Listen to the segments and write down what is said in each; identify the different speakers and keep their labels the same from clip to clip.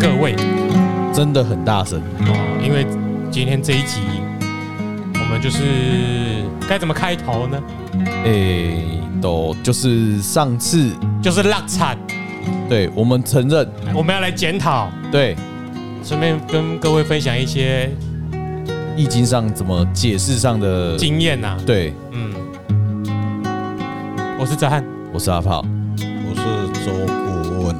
Speaker 1: 各位，
Speaker 2: 真的很大声。
Speaker 1: 哦，因为今天这一集，我们就是该怎么开头呢？
Speaker 2: 诶、都就是上次，
Speaker 1: 就是落惨，
Speaker 2: 对我们承认，
Speaker 1: 我们要来检讨，
Speaker 2: 对《
Speaker 1: 顺便跟各位分享一些
Speaker 2: 易经》上怎么解释上的，
Speaker 1: 经验呐、
Speaker 2: 对，
Speaker 1: 嗯，我是哲翰，
Speaker 2: 我是阿炮，
Speaker 3: 我是周顾问，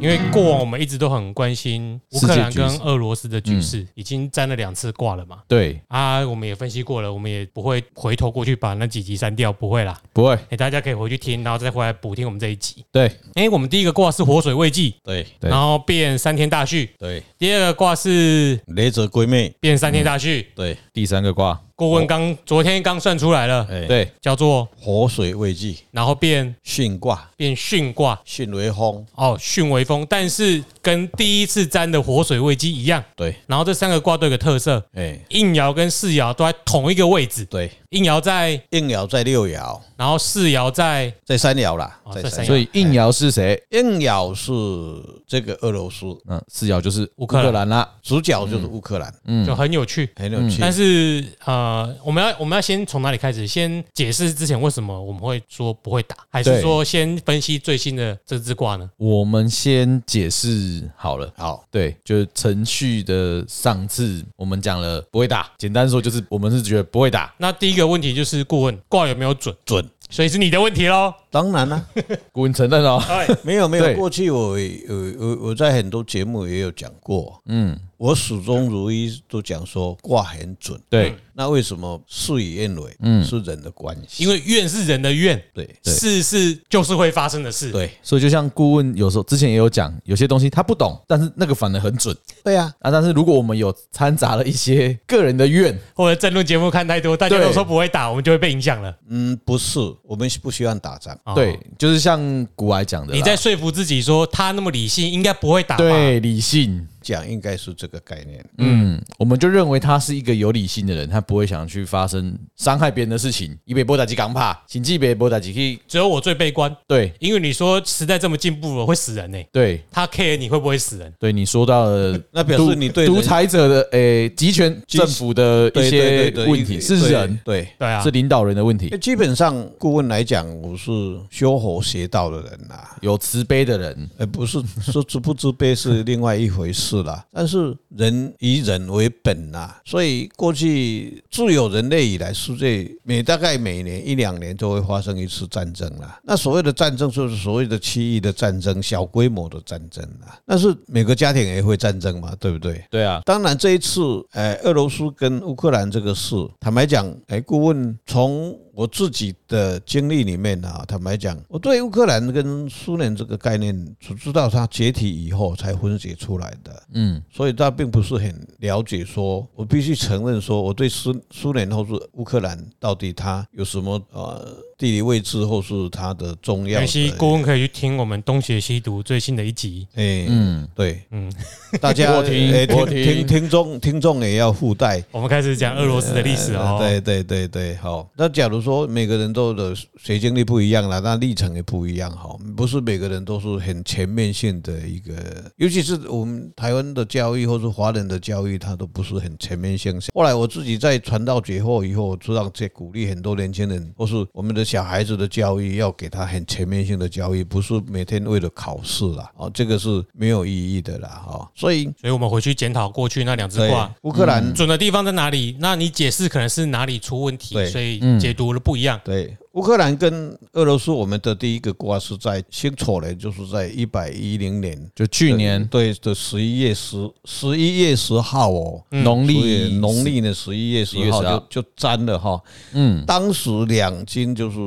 Speaker 1: 因为过往我们一直都很关心乌克兰
Speaker 2: 世界局
Speaker 1: 跟
Speaker 2: 势
Speaker 1: 俄罗斯的局势，已经沾了两次挂了嘛。
Speaker 2: 对，
Speaker 1: 啊，我们也分析过了，我们也不会回头过去把那几集删掉，不会啦。
Speaker 2: 不会，
Speaker 1: 哎、大家可以回去听，然后再回来补听我们这一集。
Speaker 2: 对，
Speaker 1: 哎、我们第一个挂是活水未济，
Speaker 3: 对
Speaker 2: 对
Speaker 1: 然后变三天大旭；
Speaker 3: 对，
Speaker 1: 第二个挂是
Speaker 3: 雷泽龟妹，
Speaker 1: 变三天大旭。
Speaker 3: 对，
Speaker 2: 第三个卦，
Speaker 1: 顾问刚昨天刚算出来了，
Speaker 3: 哎，
Speaker 2: 对，
Speaker 1: 叫做
Speaker 3: 火水未济，
Speaker 1: 然后变
Speaker 3: 巽卦，
Speaker 1: 变巽卦
Speaker 3: 巽为风，
Speaker 1: 哦，巽为风，但是跟第一次占的活水未济一样。
Speaker 3: 对，
Speaker 1: 然后这三个卦都有个特色，
Speaker 3: 哎，
Speaker 1: 应爻跟世爻都在同一个位置，
Speaker 3: 对，
Speaker 1: 应爻在，
Speaker 3: 应爻在六爻，
Speaker 1: 然后世爻在，
Speaker 3: 在三爻啦
Speaker 1: 哦，
Speaker 3: 在
Speaker 1: 在三
Speaker 3: 三
Speaker 1: 爻
Speaker 3: 爻。
Speaker 2: 所以应爻是谁？
Speaker 3: 应爻是这个俄罗斯，
Speaker 2: 嗯，四爻就是乌
Speaker 1: 克兰
Speaker 2: 克兰啦，
Speaker 3: 主角就是乌克兰，
Speaker 1: 就很有趣。
Speaker 3: 很有
Speaker 1: 嗯
Speaker 3: 趣。
Speaker 1: 但是呃，我们要我们要先从哪里开始？先解释之前为什么我们会说不会打，还是
Speaker 2: 对
Speaker 1: 说先分析最新的这支卦呢？
Speaker 2: 我们先解释好了。
Speaker 3: 好，
Speaker 2: 对，就是程序的上次我们讲了不会打，简单说就是我们是觉得不会打，
Speaker 1: 那第一个问题就是顾问卦有没有准，
Speaker 3: 准，
Speaker 1: 所以是你的问题喽。
Speaker 3: 当然啦，
Speaker 2: 顾文承认哦，
Speaker 3: 没有没有，
Speaker 2: 对
Speaker 3: 过去我我我我在很多节目也有讲过，嗯，我始终如一都讲说卦很准。
Speaker 2: 对，
Speaker 3: 那为什么事与愿违？嗯，是人的关系。
Speaker 1: 因为愿是人的愿，
Speaker 3: 对
Speaker 2: 对
Speaker 1: 事是就是会发生的事。
Speaker 3: 对
Speaker 2: 所以就像顾问有时候之前也有讲，有些东西他不懂，但是那个反而很准
Speaker 3: 对啊，
Speaker 2: 啊。但是如果我们有掺杂了一些个人的怨，
Speaker 1: 或者争论节目看太多，大家都
Speaker 2: 对
Speaker 1: 说不会打，我们就会被影响了。
Speaker 3: 嗯，不是，我们不希望打仗。
Speaker 1: 哦
Speaker 2: 对，就是像古来讲的啦，
Speaker 1: 你在说服自己说他那么理性，应该不会打吧？
Speaker 2: 对理性，
Speaker 3: 讲应该是这个概念。
Speaker 2: 嗯，我们就认为他是一个有理性的人，他不会想去发生伤害别人的事情。以北波打击港帕，请记北波打击去，
Speaker 1: 只有我最悲观，
Speaker 2: 对
Speaker 1: 因为你说时代这么进步了，会死人呢、
Speaker 2: 对。
Speaker 1: 他 care 你会不会死人？
Speaker 2: 对你说到了独，
Speaker 3: 那表示你对人
Speaker 2: 独裁者的诶、集权政府的一
Speaker 3: 对
Speaker 2: 些
Speaker 3: 对对对
Speaker 2: 问题
Speaker 3: 对
Speaker 2: 是人，嗯
Speaker 3: 对。
Speaker 1: 对啊
Speaker 2: 是，领导人的问题
Speaker 3: 那，基本上，顾问来讲，我是修佛学道的人啦、
Speaker 2: 有慈悲的人，
Speaker 3: 呃，不是 说自不自卑是另外一回事啦。但是人以人为本呐、所以过去自有人类以来，世界每大概每年一两年都会发生一次战争啦。那所谓的战争就是所谓的区域的战争、小规模的战争啦。但是每个家庭也会战争嘛，对不对？
Speaker 2: 对啊，
Speaker 3: 当然，这一次，呃，俄罗斯跟乌克兰这个事，坦白讲，哎，顾问从我自己的经历里面啊，坦白讲，我对乌克兰跟苏联这个概念，只知道它解体以后才分解出来的，
Speaker 2: 嗯，
Speaker 3: 所以他并不是很了解说。我必须承认说，我对苏苏联或是乌克兰到底它有什么呃地理位置，或是它的重
Speaker 1: 没
Speaker 3: 要
Speaker 1: 关系，
Speaker 3: 的，
Speaker 1: 顾问可以去听我们《东邪西毒》最新的一集。
Speaker 3: 哎，
Speaker 2: 嗯，
Speaker 3: 对，
Speaker 1: 嗯，
Speaker 3: 大家
Speaker 2: 我听
Speaker 3: 哎
Speaker 2: 我
Speaker 3: 听
Speaker 2: 听
Speaker 3: 听听众听众也要附带。
Speaker 1: 我们开始讲俄罗斯的历史哦。
Speaker 3: 对对对对，好。那假如说每个人都的学经历不一样了，那历程也不一样，哈，不是每个人都是很全面性的一个，尤其是我们台湾的教育或是华人的教育，它都不是很全面性。后来我自己在传道解惑以后，我知道在鼓励很多年轻人，或是我们的小孩子的教育，要给他很全面性的教育，不是每天为了考试啦，哦，这个是没有意义的啦，哈。所以，
Speaker 1: 所以我们回去检讨过去那两只
Speaker 3: 对
Speaker 1: 卦
Speaker 3: 乌克兰
Speaker 1: 准的地方在哪里，那你解释可能是哪里出问题，
Speaker 3: 对
Speaker 1: 所以解读了不一样。
Speaker 3: 对，乌克兰跟俄罗斯，我们的第一个瓜是在辛丑年，就是在一百一零年
Speaker 2: 就去年
Speaker 3: 对的十一月十十一月十号哦，
Speaker 2: 农
Speaker 3: 所以
Speaker 2: 历
Speaker 3: 农历呢十一
Speaker 2: 11
Speaker 3: 月十
Speaker 2: 月
Speaker 3: 号
Speaker 2: 10号
Speaker 3: 就就粘了哈。
Speaker 2: 嗯，
Speaker 3: 当时两军就是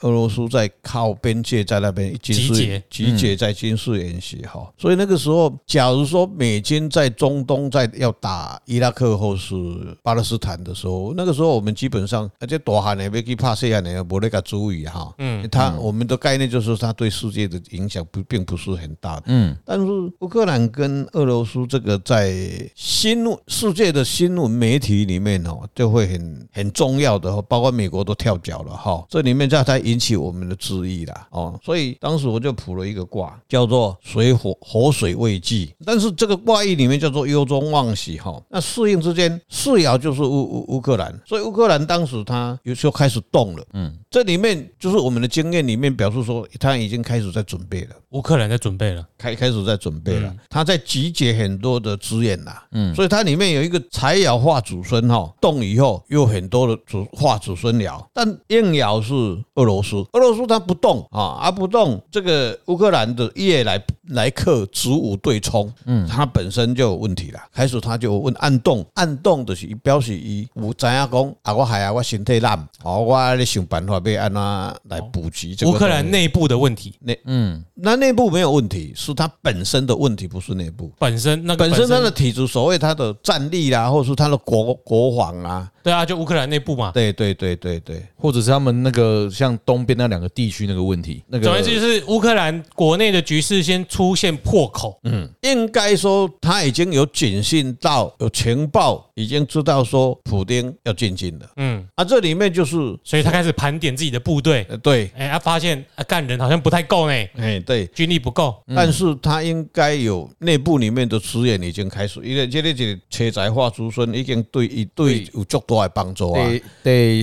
Speaker 3: 俄罗斯在靠边界在那边军事
Speaker 1: 集结
Speaker 3: 集结在军事演习哈，所以那个时候，假如说美军在中东在要打伊拉克或是巴勒斯坦的时候，那个时候我们基本上而且大汉的要去拍西汉的，无咧啊那个主语哈，
Speaker 1: 嗯
Speaker 3: 啊他我们的概念就是它对世界的影响不并不是很大，
Speaker 2: 嗯，
Speaker 3: 但是乌克兰跟俄罗斯这个在新闻世界的新闻媒体里面哦，就会很很重要的哦，包括美国都跳脚了哈、这里面这才引起我们的注意啦哦，所以当时我就卜了一个卦，叫做水火火水未济，但是这个卦意里面叫做忧中忘喜哈、那适应之间四爻就是乌乌乌克兰，所以乌克兰当时他有时候开始动了，嗯，这里面就是我们的经验里面表示说，他已经开始在准备了。
Speaker 1: 乌克兰在准备了，
Speaker 3: 开开始在准备
Speaker 1: 嗯
Speaker 3: 了，他在集结很多的资源啦，嗯，所以它里面有一个财爻化祖孙哈，动以后又很多的祖化祖孙爻，但应爻是俄罗斯，俄罗斯它不动啊，啊不动，这个乌克兰的夜来来客子午对冲，嗯，它本身就有问题了，开始它就问暗动，暗动就是表示伊有知影讲啊，我害啊，我身体烂，哦，我咧想办法要安怎来补齐这个
Speaker 1: 乌克
Speaker 3: 东
Speaker 1: 兰
Speaker 3: 西
Speaker 1: 内部的问题
Speaker 3: 内嗯，那内部没有问题，是它本身的问题，不是内部。
Speaker 1: 本身那个
Speaker 3: 本身它的体制，所谓它的战力啦，或者是它的国国防啦，
Speaker 1: 对啊，就乌克兰内部嘛。
Speaker 3: 对对对对对，
Speaker 2: 或者是他们那个像东边那两个地区那个问题，那
Speaker 1: 总而言
Speaker 2: 个
Speaker 1: 之，就是乌克兰国内的局势先出现破口，
Speaker 3: 应该说他已经有警讯到，有情报已经知道说普丁要进军了
Speaker 1: 嗯，
Speaker 3: 啊，这里面就是
Speaker 1: 所以他开始盘点自己的部队，
Speaker 3: 呃对，
Speaker 1: 哎，他发现啊，干人好像不太够呢，
Speaker 3: 哎对。
Speaker 1: 军力不够，
Speaker 3: 但是他应该有内部里面的资源已经开始，因为这个这个车宅化子孙已经对一对有足大的帮助啊。
Speaker 2: 得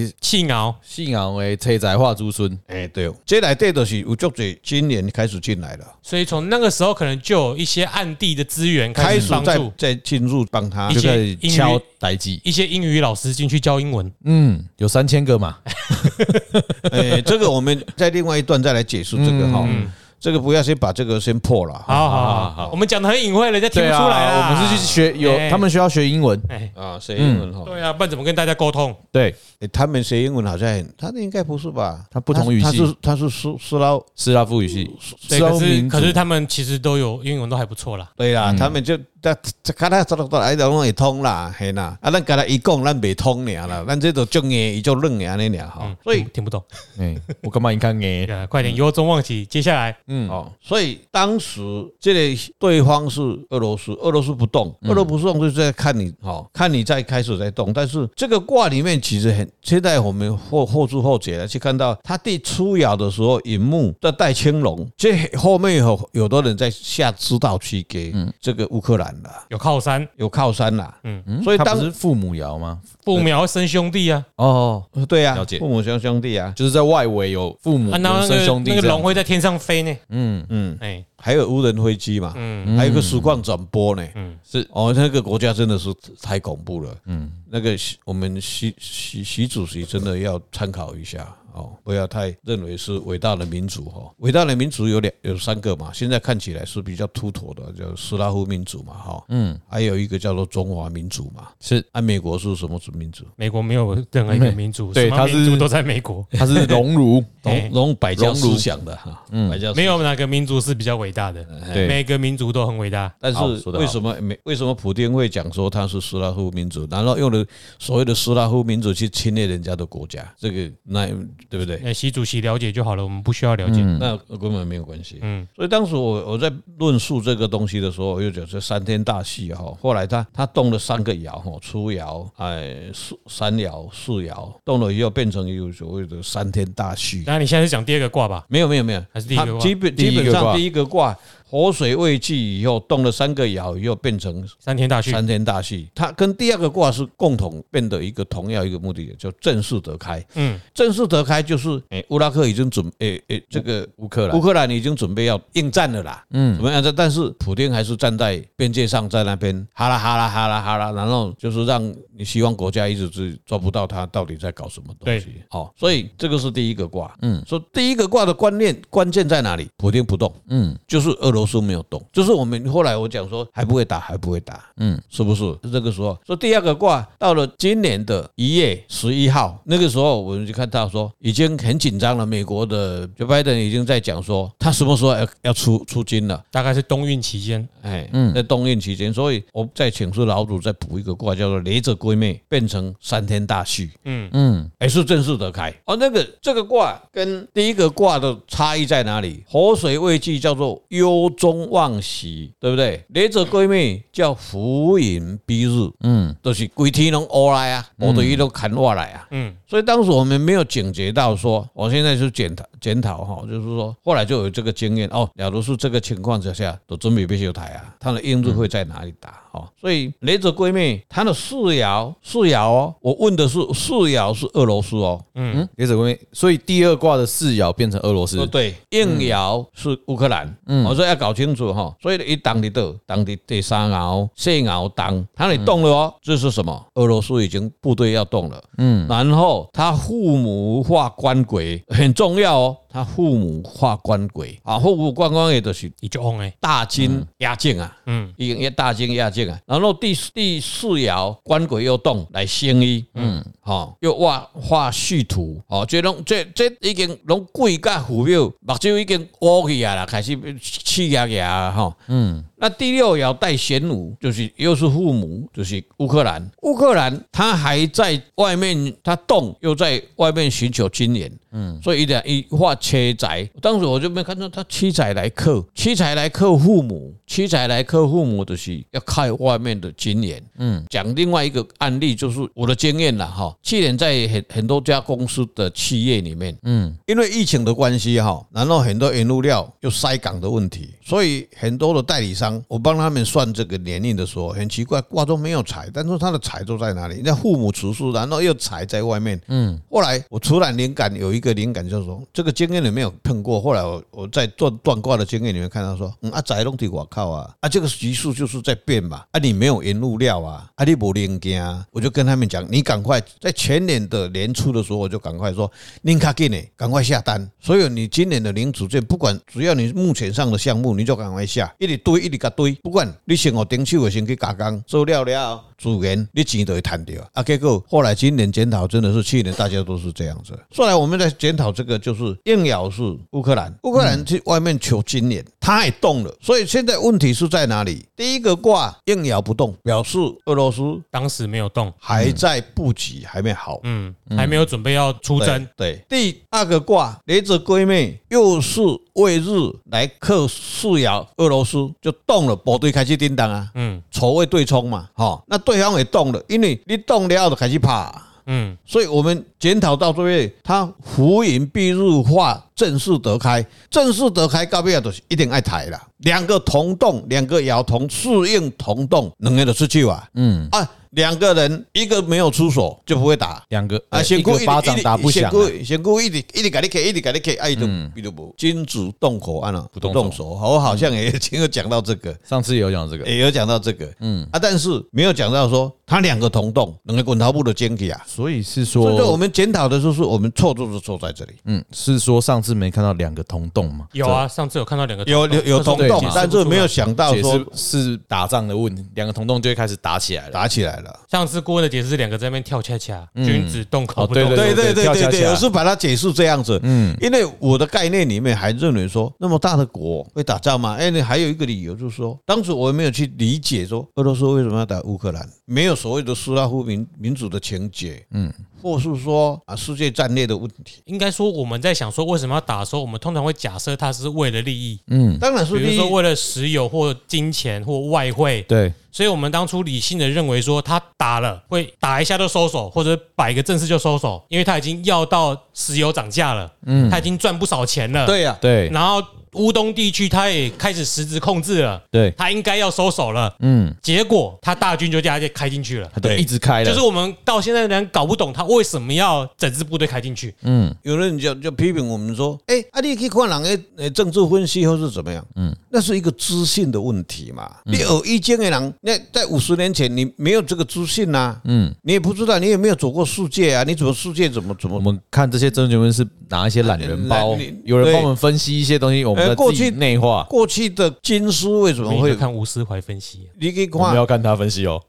Speaker 2: 得
Speaker 1: 气熬，
Speaker 2: 信仰为车载化诸孙，
Speaker 3: 哎、对，这内底就是有足侪今年开始进来了，
Speaker 1: 所以从那个时候可能就有一些暗地的资源
Speaker 3: 开
Speaker 1: 开
Speaker 3: 始
Speaker 1: 始帮
Speaker 3: 在
Speaker 1: 助
Speaker 3: 在进入帮他
Speaker 1: 一
Speaker 2: 就
Speaker 1: 些
Speaker 2: 开始
Speaker 1: 英语
Speaker 2: 敲代记。
Speaker 1: 一些英语老师进去教英文，
Speaker 2: 嗯，有三千个嘛，
Speaker 3: 哎、这个我们在另外一段再来解释这个哈、这个不要先把这个先破了哈
Speaker 1: 好好好好，我们讲的很隐晦，人家听不出来
Speaker 2: 啊，
Speaker 1: 啦
Speaker 2: 我们是去学有
Speaker 1: 哎
Speaker 2: 他们需要学英文，
Speaker 1: 哎，
Speaker 3: 啊，学英文哈、
Speaker 2: 哦
Speaker 1: 对啊，不然怎么跟大家沟通？
Speaker 2: 对，
Speaker 3: 哎他们学英文好像很，他应该不是吧？
Speaker 2: 他不同语系
Speaker 3: 他是他是斯斯拉夫
Speaker 2: 斯拉夫语系，
Speaker 1: 对，
Speaker 2: 斯拉
Speaker 1: 可
Speaker 2: 夫
Speaker 1: 是
Speaker 2: 民
Speaker 1: 可
Speaker 2: 族
Speaker 1: 是他们其实都有英文都还不错啦，
Speaker 3: 对啦，他们就他这卡他这个哎，拢会通啦，嘿啦，啊，咱跟他一讲，咱袂通尔啦，咱这都中硬，伊就愣硬安尼尔
Speaker 2: 哦
Speaker 3: 哈
Speaker 1: 嗯，，
Speaker 3: 所以
Speaker 1: 听不懂，
Speaker 2: 哎，我干嘛你看 哎，
Speaker 1: 对啊快点由衷忘记，接下来
Speaker 2: 嗯，
Speaker 3: 哦，所以当时这个对方是俄罗斯，俄罗斯不动，
Speaker 2: 嗯
Speaker 3: 俄罗斯不动就是在看你，哦，看你在开始在动。但是这个卦里面其实很，现在我们后后知后觉的去看到，他第初爻的时候，寅木在带青龙，这后面有有的人在下指导去给
Speaker 2: 嗯
Speaker 3: 这个乌克兰了，
Speaker 1: 有靠山，
Speaker 3: 有靠山啦，
Speaker 1: 嗯
Speaker 3: 嗯，所以
Speaker 2: 他
Speaker 3: 当
Speaker 2: 不是父母爻吗？
Speaker 1: 父苗生兄弟啊，
Speaker 2: 哦，
Speaker 3: 对啊
Speaker 2: 了，解
Speaker 3: 父母兄兄弟啊，
Speaker 2: 就是在外围有父母
Speaker 1: 啊，然后
Speaker 2: 嗯
Speaker 1: 那
Speaker 2: 有生
Speaker 1: 个
Speaker 2: 兄弟
Speaker 1: 那个
Speaker 2: 这样
Speaker 1: 龙会在天上飞呢，
Speaker 2: 嗯，
Speaker 3: 嗯，
Speaker 1: 哎，
Speaker 3: 还有无人飞机嘛，
Speaker 1: 嗯
Speaker 3: 还有个实况转播呢，
Speaker 1: 嗯
Speaker 2: 是
Speaker 3: 哦，那个国家真的是太恐怖了。嗯，那个习我们习习习主席真的要参考一下哦，不要太认为是伟大的民族哦。伟大的民族有两有三个嘛，现在看起来是比较突突的，叫斯拉夫民族嘛，哈、嗯，还有一个叫做中华民族嘛。
Speaker 2: 是，
Speaker 3: 啊，美国是什么子民族？
Speaker 1: 美国没有任何一个民族，
Speaker 2: 对
Speaker 1: 什么
Speaker 2: 他
Speaker 1: 民族
Speaker 2: 是
Speaker 1: 都在美 国，
Speaker 2: 他是荣辱，
Speaker 1: 哎
Speaker 3: 融融百家
Speaker 2: 熔炉
Speaker 3: 思想的哈，嗯，百家思
Speaker 1: 没有哪个民族是比较伟大的，
Speaker 2: 嗯
Speaker 1: 呃
Speaker 2: 对
Speaker 1: 每个民族都很伟大。
Speaker 3: 但
Speaker 2: 好
Speaker 3: 是
Speaker 2: 说得好
Speaker 3: 为什么没为什么普丁会讲说他是斯拉夫民族，然后用了所谓的斯拉夫民族去侵略人家的国家？这个那对不对？
Speaker 1: 那呃习主席了解就好了，我们不需要了解。
Speaker 2: 嗯
Speaker 3: 那根本没有关系。
Speaker 1: 嗯，
Speaker 3: 所以当时我我在论述这个东西的时候，我就讲这三天大戏哈。后来他他动了三个爻哈，初爻、哎四三爻、四爻，动了以后变成有所谓的三天大戏。
Speaker 1: 那你现在是讲第二个卦吧？
Speaker 3: 没有没有没有，
Speaker 1: 还是第一个卦
Speaker 3: 它基本
Speaker 2: 第
Speaker 3: 基
Speaker 2: 一个卦
Speaker 3: 本上第一个卦火水未济以后，动了三个爻以后变成
Speaker 1: 三天大序，
Speaker 3: 三天大戏。它跟第二个卦是共同变得一个同样一个目的，叫正式得开。
Speaker 1: 嗯，
Speaker 3: 正式得开就是哎乌拉克已经准哎哎这个
Speaker 2: 乌克
Speaker 3: 乌
Speaker 2: 兰，
Speaker 3: 克兰已经准备要应战了啦，嗯，怎么样？但是普丁还是站在边界上，在那边哈啦哈啦哈啦哈啦，然后就是让你西方国家一直是抓不到他到底在搞什么东西
Speaker 1: 对。
Speaker 3: 好，所以这个是第一个卦，嗯，说第一个卦的观念关键在哪里？普丁不动，嗯，就是俄罗斯没有动，就是我们后来我讲说还不会打，还不会打，嗯，是不是？这个时候说第二个卦到了今年的一月十一号，那个时候我们就看到说已经很紧张了，美国的 Joe Biden 已经在讲说他什么时候要要出出金了。
Speaker 1: 大概是冬运期间，
Speaker 3: 哎，在冬运期间，所以我再请示老祖再补一个卦，叫做“雷者归妹”，变成三天大序，
Speaker 1: 嗯
Speaker 2: 嗯，
Speaker 3: 也是正式的开。哦，那个这个卦跟第一个卦的差异在哪里？火水未济叫做忧中忘喜，对不对？雷者归妹叫浮云蔽日，嗯，就是鬼天拢乌来啊，我的鱼都砍我来啊，
Speaker 1: 嗯，
Speaker 3: 所以当时我们没有警觉到说，我现在就检讨检讨哈，就是说后来就有这个经验哦。假如是这个情况之下，都准备必须台啊，它的应对会在哪里打哦？所以雷泽闺蜜她的四爻四爻哦，我问的是四爻是俄罗斯哦，
Speaker 2: 嗯，也怎么会？所以第二卦的四爻变成俄罗斯
Speaker 3: 哦，对，嗯应爻是乌克兰，我说要搞清楚哈。所以一当的斗，当的第三爻、四爻当，它你动了哦，这是什么？俄罗斯已经部队要动了，嗯，然后他父母化官鬼很重要哦，他父母化官鬼啊，父母官官也就是
Speaker 1: 你就 on 哎，
Speaker 3: 大金压境啊，
Speaker 1: 嗯
Speaker 3: 已经大金压境啊。然后第四第四爻官鬼又动来生伊，嗯，吼、又画画续图，吼、这拢这这已经拢贵甲虎表，目睭已经乌去啊啦，开始气压压啊，吼、嗯。那第六爻带玄武，就是又是父母，就是乌克兰。乌克兰他还在外面，他动又在外面寻求金元，嗯，所以一点一画切宅。当时我就没看到他七宅来克，七宅来克父母，七宅来克父母就是要靠外面的金元。嗯，讲另外一个案例，就是我的经验了哈。去年在很很多家公司的企业里面，因为疫情的关系哈，然后很多原物料又塞港的问题，所以很多的代理商，我帮他们算这个年龄的时候，很奇怪，挂钟没有踩，但是他的踩都在哪里？那父母厨师，然后又踩在外面。嗯，后来我突然灵感有一个灵感，就是说嗯这个经验里没有碰过。后来我我在断断卦的经验里面看到说，嗯啊，宅拢伫外靠啊，啊这个级数就是在变嘛，啊你没有原物料啊，啊你无零件啊，我就跟他们讲，你赶快在前年的年初的时候，我就赶快说宁卡给你，赶快下单。所有你今年的零组件，不管只要你目前上的项目，你就赶快下，一直堆一直甲堆，不管你先我顶手的先去加工做了了，自然你钱就会赚到。啊，结果后来今年检讨真的是去年大家都是这样子。后来我们在检讨这个，就是硬咬是乌克兰，乌克兰去外面求金年，他也动了，所以现在问题是在哪里？第一个卦硬咬不动，表示俄罗斯
Speaker 1: 当时没有动，
Speaker 3: 还在布局，还没好。
Speaker 1: 嗯，还没有准备要出征，
Speaker 3: 对，对第二个卦雷子闺妹又是为日来克四爻，俄罗斯就动了，部队开始叮当啊，
Speaker 1: 嗯
Speaker 3: 丑未对冲嘛，哈、那对方也动了，因为你动了就开始怕、
Speaker 1: 嗯
Speaker 3: 所以我们检讨到这位，他浮云蔽日化正式得开，正式得开到尾啊，就是一定爱抬啦。两个同动，两个爻同适应同动，两个就出去啊。嗯啊，两个人一个没有出手就不会打，
Speaker 2: 两个
Speaker 3: 啊，
Speaker 2: 呃
Speaker 3: 先
Speaker 2: 一
Speaker 3: 顾
Speaker 2: 个巴掌打不响啊，嗯
Speaker 3: 先顾先顾一直一直给你 K，一直给你 K，哎，就比如无君子动口啊，不
Speaker 2: 动手嗯
Speaker 3: 动手。好我好像也也有讲到这个，
Speaker 2: 上次有讲这个，
Speaker 3: 也有讲到这个，嗯啊，但是没有讲到说他两个同动，两个滚刀步的间距啊。
Speaker 2: 所以是
Speaker 3: 所以说我
Speaker 2: 说，
Speaker 3: 们检讨的就是我们错就是错在这里，
Speaker 2: 嗯，是说上次没看到两个同洞嘛？
Speaker 1: 有啊，上次有看到两个
Speaker 3: 有有有同
Speaker 1: 但是我
Speaker 3: 动
Speaker 1: 解释不出来，
Speaker 3: 但是没有想到
Speaker 2: 解
Speaker 3: 说
Speaker 2: 释是打仗的问题，两个同洞就会开始打起来了。
Speaker 3: 打起来了。
Speaker 1: 上次顾问的解释是两个在那边跳恰恰，君子动口
Speaker 2: 哦
Speaker 1: 不动手，
Speaker 2: 对
Speaker 3: 嗯
Speaker 2: 对
Speaker 3: 对
Speaker 2: 对
Speaker 3: 对对
Speaker 2: 跳
Speaker 3: 对
Speaker 2: 恰
Speaker 3: 对，
Speaker 2: 恰
Speaker 3: 我是把它解释这样子，嗯，因为我的概念里面还认为说，那么大的国会打仗吗？哎，你还有一个理由就是说，当时我没有去理解说俄罗斯为什么要打乌克兰，没有所谓的斯拉夫民民主的情节，嗯，或是说啊世界战略的问题，
Speaker 1: 应该说我们在想说为什么要打的时候，我们通常会假设它是为了利益，
Speaker 3: 当然是
Speaker 1: 比如
Speaker 3: 利益
Speaker 1: 说为了石油或金钱或外汇，
Speaker 2: 对，
Speaker 1: 所以我们当初理性的认为说他打了会打一下就收手，或者摆个阵势就收手，因为他已经要到石油涨价了，嗯，他已经赚不少钱了，，
Speaker 3: 对呀，
Speaker 2: 对，
Speaker 1: 然后乌东地区他也开始实质控制了，
Speaker 2: 对，
Speaker 1: 他应该要收手了，
Speaker 2: 嗯，
Speaker 1: 结果他大军就这样就开进去了。
Speaker 2: 他就一直开了，
Speaker 1: 就是我们到现在仍然搞不懂他为什么要整支部队开进去，
Speaker 3: 有人就就批评我们说，哎，啊，你去看人的呃政治分析或是怎么样，嗯，那是一个资讯的问题嘛。你有意见的人，那在五十年前你没有这个资讯呐，嗯，你也不知道，你也没有走过世界啊，你怎么世界怎么怎
Speaker 2: 我
Speaker 3: 么？
Speaker 2: 们看这些政治新闻是拿一些懒人包
Speaker 3: 懒人，
Speaker 2: 有人
Speaker 3: 对
Speaker 2: 帮我们分析一些东西，我们
Speaker 3: 哎
Speaker 2: 那
Speaker 3: 过
Speaker 2: 自己
Speaker 3: 去
Speaker 2: 内化，
Speaker 3: 过去的经书为什么
Speaker 1: 没
Speaker 3: 会
Speaker 1: 有？看吴思怀分析。
Speaker 3: 你可以
Speaker 2: 我们
Speaker 3: 看，
Speaker 2: 要看他分析哦，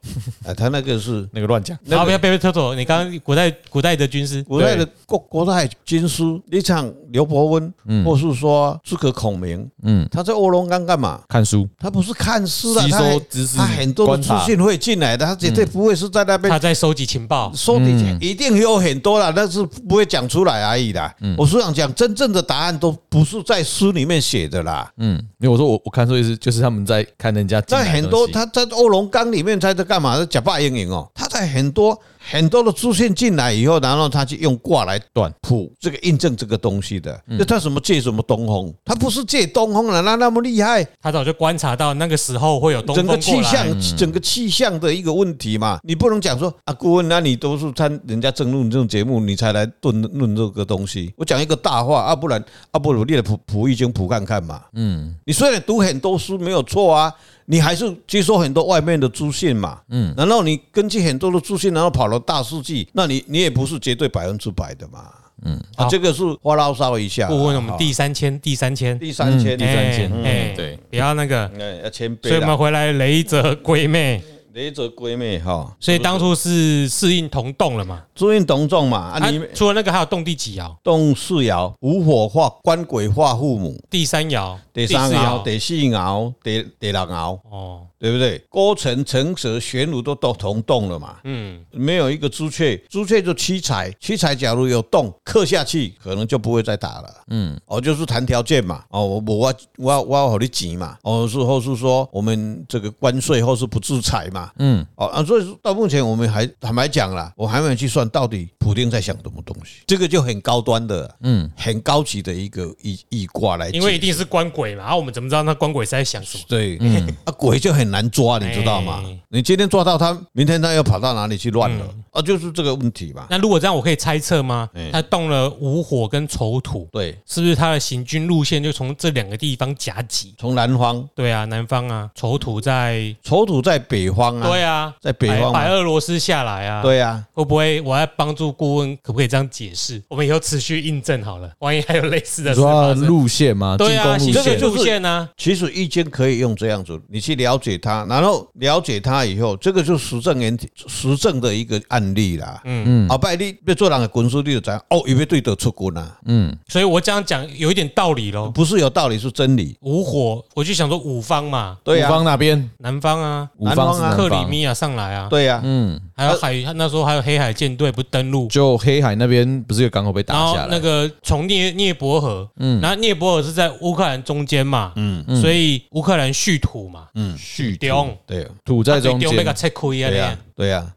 Speaker 3: 哎，他那个是
Speaker 2: 那个乱讲。
Speaker 3: 那
Speaker 1: 好，
Speaker 3: 个
Speaker 1: 不要不要不要偷你刚刚古代古代的军师，
Speaker 3: 古代的国国代军师，你像刘伯温，或是说诸葛孔明，
Speaker 2: 嗯，
Speaker 3: 他在卧龙岗干嘛？
Speaker 2: 看书，
Speaker 3: 他不是看诗啊，
Speaker 2: 吸
Speaker 3: 他
Speaker 2: 收
Speaker 3: 还
Speaker 2: 知识嗯
Speaker 3: 他很多
Speaker 2: 观
Speaker 3: 的
Speaker 2: 察
Speaker 3: 资讯会进来的，他绝对不会是在那边
Speaker 1: 他在收集情报，
Speaker 3: 说底下一定有很多啦，但是不会讲出来而已啦。我是想讲，真正的答案都不是在书里面写的啦。
Speaker 2: 嗯，因为我说我我看书意思就是他们在看人家进
Speaker 3: 在
Speaker 2: 来的
Speaker 3: 很
Speaker 2: 东
Speaker 3: 多
Speaker 2: 西
Speaker 3: 他在欧龙缸里面他在干嘛？在假扮阴影哦，他在很多很多的资讯进来以后，然后他去用卦来
Speaker 2: 断
Speaker 3: 谱这个印证这个东西的。那他什么借什么东风？他不是借东风了，那那么厉害，
Speaker 1: 他早就观察到那个时候会有东
Speaker 3: 整
Speaker 1: 风
Speaker 3: 个
Speaker 1: 过
Speaker 3: 气
Speaker 1: 来。
Speaker 2: 嗯
Speaker 3: 象，整个气象的一个问题嘛，你不能讲说啊，顾问，那你都是参人家争论这种节目，你才来论论这个东西。我讲一个大话啊，不然啊，不如你的普普易经普看看嘛。嗯，你虽然读很多书没有错啊，你还是接收很多外面的资讯嘛。嗯，然后你根据很多的资讯，然后跑了大数据，那你你也不是绝对百分之百的嘛。嗯，啊，
Speaker 1: 好
Speaker 3: 这个是花唠骚一下。
Speaker 1: 顾问，我们
Speaker 3: 好
Speaker 1: 第三千，第三千，
Speaker 3: 第三千，
Speaker 2: 第三
Speaker 1: 哎
Speaker 2: 千嗯
Speaker 1: 哎
Speaker 2: 对，
Speaker 1: 不要那个。
Speaker 3: 哎，要谦
Speaker 1: 所以我
Speaker 3: 卑
Speaker 1: 们
Speaker 3: 啦，
Speaker 1: 回来雷泽龟妹，
Speaker 3: 雷泽闺妹哈。
Speaker 1: 所以当初是适应同洞了嘛？
Speaker 3: 朱运同众嘛，啊
Speaker 1: 啊
Speaker 3: 你，
Speaker 1: 除了那个还有动第几爻？
Speaker 3: 动四爻，无火化官鬼化父母，
Speaker 1: 第三爻、
Speaker 3: 第
Speaker 1: 四
Speaker 3: 三爻、
Speaker 1: 爻。
Speaker 3: 第四爻、第第六爻，
Speaker 1: 哦，
Speaker 3: 对不对？郭辰、辰蛇、玄武都都同动了嘛，
Speaker 1: 嗯，
Speaker 3: 没有一个朱雀，朱雀就七彩，七彩假如有动克下去，可能就不会再打了。嗯，哦，就是谈条件嘛，哦，我我我我我好你急嘛，哦，是后是说我们这个关税后是不制裁嘛，嗯，哦啊，所以说到目前我们还坦白讲啦，我还没有去算到底普丁在想什么东西，这个就很高端的，嗯，很高级的一个易易卦来解，
Speaker 1: 因为一定是官鬼嘛，然啊后我们怎么知道那官鬼是在想 什么？
Speaker 3: 对，
Speaker 2: 嗯
Speaker 3: 啊鬼就很难抓，你知道吗
Speaker 1: 哎？嗯
Speaker 3: 你今天抓到他，明天他又跑到哪里去乱了啊？就是这个问题嘛。
Speaker 1: 那如果这样，我可以猜测吗
Speaker 3: 哎？
Speaker 1: 他动了午火跟丑土，
Speaker 3: 对，
Speaker 1: 是不是他的行军路线就从这两个地方夹击？
Speaker 3: 从南方，
Speaker 1: 对啊，南方啊，丑土在
Speaker 3: 丑土在北方啊，
Speaker 1: 对啊，
Speaker 3: 在北
Speaker 1: 白
Speaker 3: 方嘛
Speaker 1: 白俄罗斯下来啊，，
Speaker 3: 对啊，
Speaker 1: 会不会我要帮助顾问，可不可以这样解释？我们以后持续印证好了，万一还有类似的
Speaker 2: 你
Speaker 1: 事
Speaker 2: 说
Speaker 1: 发
Speaker 2: 他的
Speaker 1: 生。
Speaker 2: 路线吗？进
Speaker 1: 对啊，
Speaker 2: 攻
Speaker 1: 行
Speaker 2: 路
Speaker 1: 军
Speaker 2: 线
Speaker 1: 路线啊呢？
Speaker 3: 其实易经可以用这样子，你去了解它，然后了解它以后，这个就是实证原实证的一个案例啦。嗯嗯，后摆你要做人的军事，你就知道哦，因为对的出军啊，
Speaker 2: 嗯
Speaker 1: 所以我这样讲有一点道理咯。
Speaker 3: 不是有道理是真理。
Speaker 1: 五火，我就想说五方嘛，
Speaker 3: 对
Speaker 2: 五
Speaker 3: 啊，
Speaker 2: 方那边，
Speaker 1: 南方啊，
Speaker 2: 五方是
Speaker 3: 南方啊
Speaker 2: 南
Speaker 1: 克里
Speaker 2: 方，
Speaker 1: 米亚上来啊，
Speaker 3: 对啊，
Speaker 2: 嗯，
Speaker 1: 还有海，那时候还有黑海舰队不是登陆，
Speaker 2: 就黑海那边不是有港口被
Speaker 1: 然
Speaker 2: 打
Speaker 1: 后
Speaker 2: 下来，
Speaker 1: 那个从涅涅伯河，嗯，然后涅伯河是在乌克兰中间嘛，嗯，所以乌克兰蓄土嘛，
Speaker 2: 续
Speaker 1: 丢
Speaker 3: 对啊，
Speaker 2: 土在中
Speaker 1: 丢被个
Speaker 2: 间，
Speaker 1: 切亏
Speaker 3: 对
Speaker 1: 啊
Speaker 3: 啊，，对啊，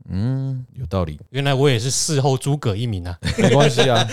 Speaker 2: 有道理，
Speaker 1: 原来我也是事后诸葛一名啊，
Speaker 2: 没关系啊，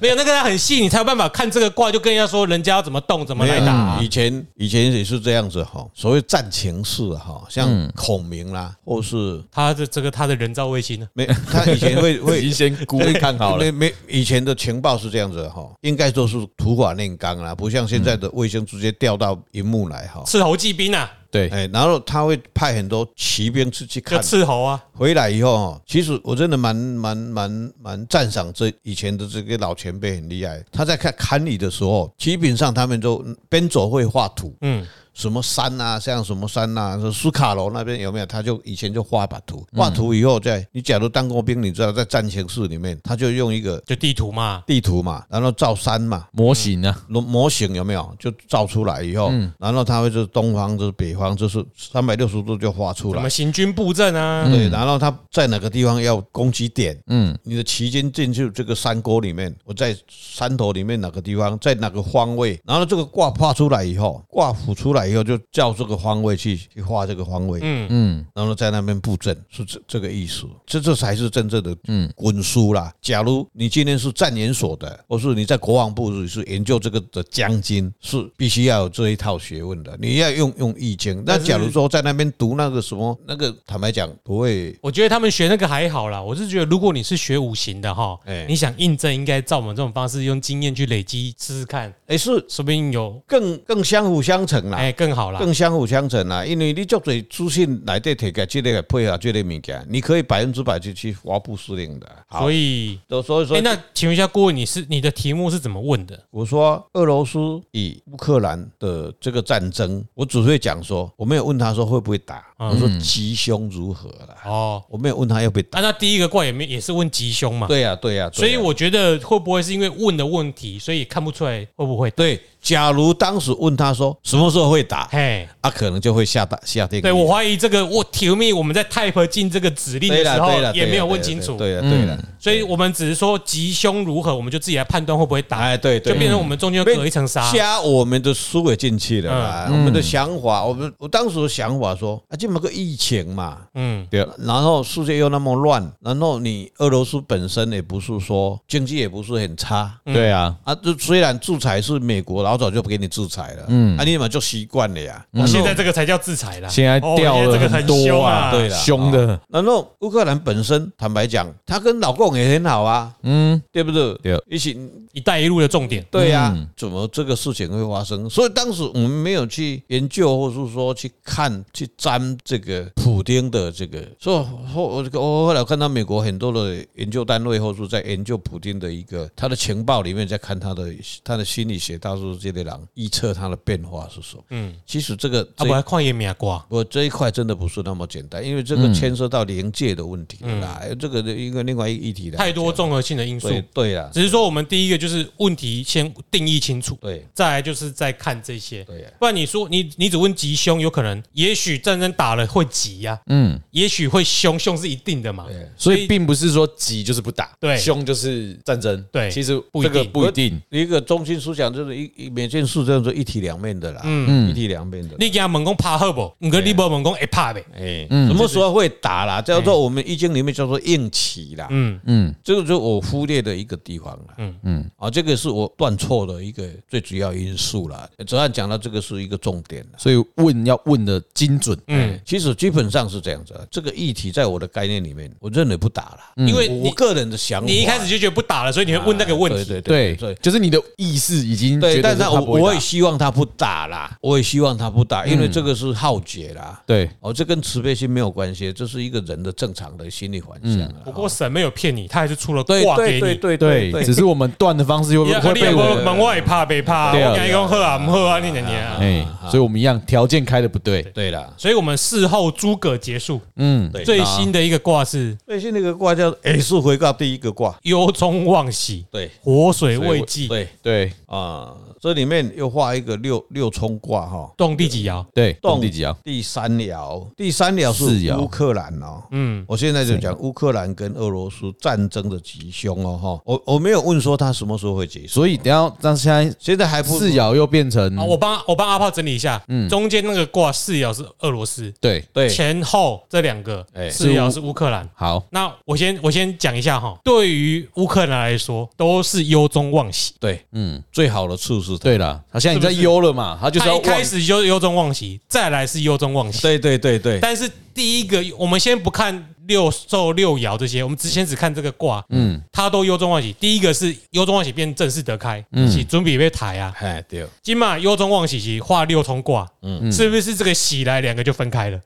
Speaker 1: 没有那个很细，你才有办法看这个卦，就跟人家说人家要怎么动，怎么
Speaker 3: 没
Speaker 1: 来
Speaker 3: 有
Speaker 1: 打
Speaker 3: 啦，
Speaker 2: 嗯
Speaker 1: 啊
Speaker 3: 以。前以前也是这样子哈，所谓战情势哈，像
Speaker 2: 嗯
Speaker 3: 孔明啦，或是
Speaker 1: 他的这个他的人造卫星呢，啊
Speaker 3: 没他以前 会
Speaker 2: 已
Speaker 3: 会
Speaker 2: 经先估位看好了
Speaker 3: 没，没，以前的情报是这样子的哈，应该都是土法炼钢啦，不像现在的卫星直接调到荧幕来哈。
Speaker 1: 斥候骑兵啊，
Speaker 2: 对，
Speaker 3: 哎，然后他会派很多骑兵出去
Speaker 1: 就
Speaker 3: 看，
Speaker 1: 斥候啊，
Speaker 3: 回来以后哈，其实我真的蛮蛮蛮蛮赞赏这以前的这个老前辈很厉害。他在看看你的时候，基本上他们都边走会画图，
Speaker 1: 嗯，
Speaker 3: 什么山啊，像什么山啊，说苏卡罗那边有没有？他就以前就画把图，画图以后在你假如当过兵，你知道在战情室里面，他就用一个
Speaker 1: 就地图嘛，
Speaker 3: 地图嘛，然后照山嘛。
Speaker 2: 模型啊，
Speaker 3: 模模型有没有就照出来以后，然后他会就是东方就是北方就是三百六十度就画出
Speaker 1: 什
Speaker 3: 来
Speaker 1: 么，行军布阵啊，
Speaker 3: 对，然后他在哪个地方要攻击点，嗯，你的旗舰进去这个山沟里面，我在山头里面哪个地方，在哪个方位，然后这个卦画出来以后，卦谱出来以后，就照这个方位去去画这个方位，
Speaker 1: 嗯
Speaker 3: 嗯，然后在那边布阵，是这这个意思，这这才是真正的嗯滚书啦。假如你今天是战研所的，或是你在国防部是研究这个的将军，是必须要有这一套学问的，你要用用易经。那
Speaker 1: 但是
Speaker 3: 假如说在那边读那个什么那个，坦白讲不会。
Speaker 1: 我觉得他们学那个还好啦，我是觉得如果你是学五行的哈
Speaker 3: 哎，
Speaker 1: 你想印证，应该照我们这种方式，用经验去累积试试看，
Speaker 3: 哎，是
Speaker 1: 说不定有
Speaker 3: 更更相辅相成啦。
Speaker 1: 哎更好啦。
Speaker 3: 更相辅相成啦。因为你足侪资讯来底提给这个配合这个物件，你可以百分之百去去发布司令的。好
Speaker 1: 所，以，
Speaker 3: 都所以说
Speaker 1: 哎，，那请问一下顾问，你是你的题目是怎么问的？
Speaker 3: 我说俄罗斯与乌克兰的这个战争，我只会讲说，我没有问他说会不会打，
Speaker 1: 嗯
Speaker 3: 我说吉凶如何啦，
Speaker 1: 哦，
Speaker 3: 我没有问他要不要打。
Speaker 1: 啊，那第一个怪也没也是问吉凶嘛，
Speaker 3: 对啊呀，对呀，对呀
Speaker 1: 嗯所以我觉得会不会是因为问的问题，所以也看不出来会不会？
Speaker 3: 对，假如当时问他说什么时候会打，
Speaker 1: 嘿，
Speaker 3: 啊，可能就会下大下定义。
Speaker 1: 对我怀疑这个我题目我们在 type 进这个指令的
Speaker 3: 对啦
Speaker 1: 时
Speaker 3: 对啦
Speaker 1: 候
Speaker 3: 对
Speaker 1: 也
Speaker 3: 啦
Speaker 1: 没有
Speaker 3: 对
Speaker 1: 问
Speaker 3: 啦
Speaker 1: 清楚，嗯
Speaker 3: 对呀，对了，
Speaker 1: 所以我们只是说吉凶如何，我们就自己来判断会不会打，
Speaker 3: 哎，对对，
Speaker 1: 就变成我们中间隔一层纱。
Speaker 3: 加我们的思维进去了啦，
Speaker 2: 嗯
Speaker 3: 我们的想法，我们我当时的想法说啊，这么个疫情嘛，
Speaker 1: 嗯，
Speaker 3: 对，然后世界又那么乱，然后你俄罗斯本身也不是说经济也不是很差。
Speaker 1: 嗯
Speaker 2: 对啊，
Speaker 3: 啊，就虽然制裁是美国老早就不给你制裁了，嗯，啊，你嘛就习惯了呀。
Speaker 1: 我现在这个才叫制裁啦。
Speaker 2: 现在
Speaker 1: 哦
Speaker 2: 掉
Speaker 1: 现
Speaker 2: 了
Speaker 1: 在这个很
Speaker 2: 很多
Speaker 1: 凶
Speaker 2: 啊，
Speaker 3: 对啦
Speaker 2: 凶的，
Speaker 3: 然后乌克兰本身，坦白讲，她跟老共也很好啊，
Speaker 2: 嗯，
Speaker 3: 对不对？
Speaker 2: 对，
Speaker 3: 一起
Speaker 1: 一带一路的重点，
Speaker 3: 对呀、怎么这个事情会发生？所以当时我们没有去研究，或是说去看、去沾这个普丁的这个。所以后我我后来看到美国很多的研究单位，或是在研究普丁的一个他的情报里面，在看他的他的心理学，他是这类人预测他的变化是什么。
Speaker 1: 嗯，
Speaker 3: 其实这个
Speaker 1: 啊，
Speaker 3: 这
Speaker 1: 我来看也没挂。
Speaker 3: 我这一块真的不是那么简单，因为这个
Speaker 1: 嗯
Speaker 3: 牵涉到临界的问题啦，这个一个另外一个议题的
Speaker 1: 太多综合性的因素。
Speaker 3: 对对呀，
Speaker 1: 只是说我们第一个就是问题先定义清楚，
Speaker 3: 对
Speaker 1: 再来就是再看这些。
Speaker 3: 对呀，
Speaker 1: 不然你说你你只问吉凶，有可能也许战争打了会急呀、嗯，也许会凶，凶是一定的嘛。
Speaker 3: 对
Speaker 2: 所以并不是说急就是不打，
Speaker 1: 对
Speaker 2: 凶就是战争，
Speaker 1: 对
Speaker 2: 其实
Speaker 1: 不一
Speaker 2: 这个
Speaker 1: 定
Speaker 2: 不一定，
Speaker 3: 一个中心思想就是一一每件事叫做一体两面的啦，嗯，一体两面的。
Speaker 1: 你给他猛攻怕好不？五个你不猛攻会怕呗？
Speaker 3: 哎，
Speaker 2: 嗯
Speaker 3: 什么时候会打啦？叫做我们易经里面叫做应期啦，
Speaker 1: 嗯，
Speaker 3: 这个就是我忽略的一个地方啦。嗯嗯，啊，这个是我断错的一个最主要因素啦。哲翰讲到这个是一个重点啦。
Speaker 2: 所以问要问的精准，
Speaker 1: 嗯，
Speaker 3: 其实基本上是这样子啊，这个议题在我的概念里面，我认为不打啦。
Speaker 2: 嗯
Speaker 1: 因为
Speaker 3: 我
Speaker 1: 你
Speaker 3: 个人的想法，
Speaker 1: 你一开始就觉得不打了，所以你会问那个问
Speaker 3: 对
Speaker 1: 题。
Speaker 3: 对
Speaker 2: 对
Speaker 3: 对对，
Speaker 2: 就是你的意识已经
Speaker 3: 对，
Speaker 2: 觉
Speaker 3: 但
Speaker 2: 得他
Speaker 3: 是我
Speaker 2: 不会打嗯
Speaker 3: 我也希望他不打啦，我也希望他不打，因为这个是浩劫啦。
Speaker 2: 对，
Speaker 3: 哦，这跟慈悲心没有关系，这是一个人的正常的心理反向啊。
Speaker 2: 嗯
Speaker 1: 不过神没有骗你，他还是出了
Speaker 3: 对
Speaker 1: 卦给
Speaker 3: 对对
Speaker 1: 你。
Speaker 3: 对
Speaker 2: 对，只是我们断的方式
Speaker 1: 你
Speaker 2: 会会
Speaker 1: 你也
Speaker 2: 被
Speaker 1: 不
Speaker 2: 我
Speaker 1: 门
Speaker 2: 们，
Speaker 1: 外怕被怕，
Speaker 2: 对啊
Speaker 1: 我跟你讲喝啊，不喝啊，你娘娘。
Speaker 2: 哎，所以我们一样条件开的不对，
Speaker 3: 对啦，
Speaker 1: 所以我们事后诸葛结束，
Speaker 2: 嗯，
Speaker 3: 对
Speaker 1: 最新的一个卦是
Speaker 3: 最新那个卦叫 S 回卦第一个卦，
Speaker 1: 忧中忘喜，
Speaker 3: 对
Speaker 1: 活水未济，
Speaker 3: 对
Speaker 2: 对
Speaker 3: 啊，这里面又画一个六六冲卦哈，
Speaker 1: 动第几爻？
Speaker 2: 对，动第几啊？
Speaker 3: 第三爻，第三爻
Speaker 2: 四
Speaker 3: 是
Speaker 2: 爻
Speaker 3: 乌克兰哦。
Speaker 1: 嗯，
Speaker 3: 我现在就讲乌克兰跟俄罗斯战争的吉凶哦哈，我我没有问说他什么时候会结束，
Speaker 2: 所以等一下，但现在
Speaker 3: 现在还不
Speaker 2: 四爻又变成
Speaker 1: 啊，我帮我帮阿炮整理一下，中间那个卦四爻是俄罗斯，
Speaker 2: 嗯对，
Speaker 3: 对
Speaker 1: 前后这两个
Speaker 3: 哎
Speaker 1: 四爻是乌克兰。
Speaker 2: 好，
Speaker 1: 那我先我先讲一下哈，对于乌克兰来说都是忧中忘喜，
Speaker 3: 对
Speaker 2: 嗯，
Speaker 3: 最好的处是
Speaker 2: 对了，他现在已经在
Speaker 1: 是不是
Speaker 2: 忧了嘛，他就是
Speaker 1: 他
Speaker 2: 要
Speaker 1: 一开
Speaker 2: 往
Speaker 1: 始就是忧中忘喜，再来是忧中忘喜，
Speaker 3: 对对对对，
Speaker 1: 但是第一个，我们先不看六兽六爻这些，我们只先只看这个卦，嗯，它都忧中忘喜。第一个是忧中忘喜变正式得开，是准备被抬啊。
Speaker 3: 哎对，
Speaker 1: 今嘛忧中忘喜是画六冲卦，嗯，是不是这个喜来两个就分开了？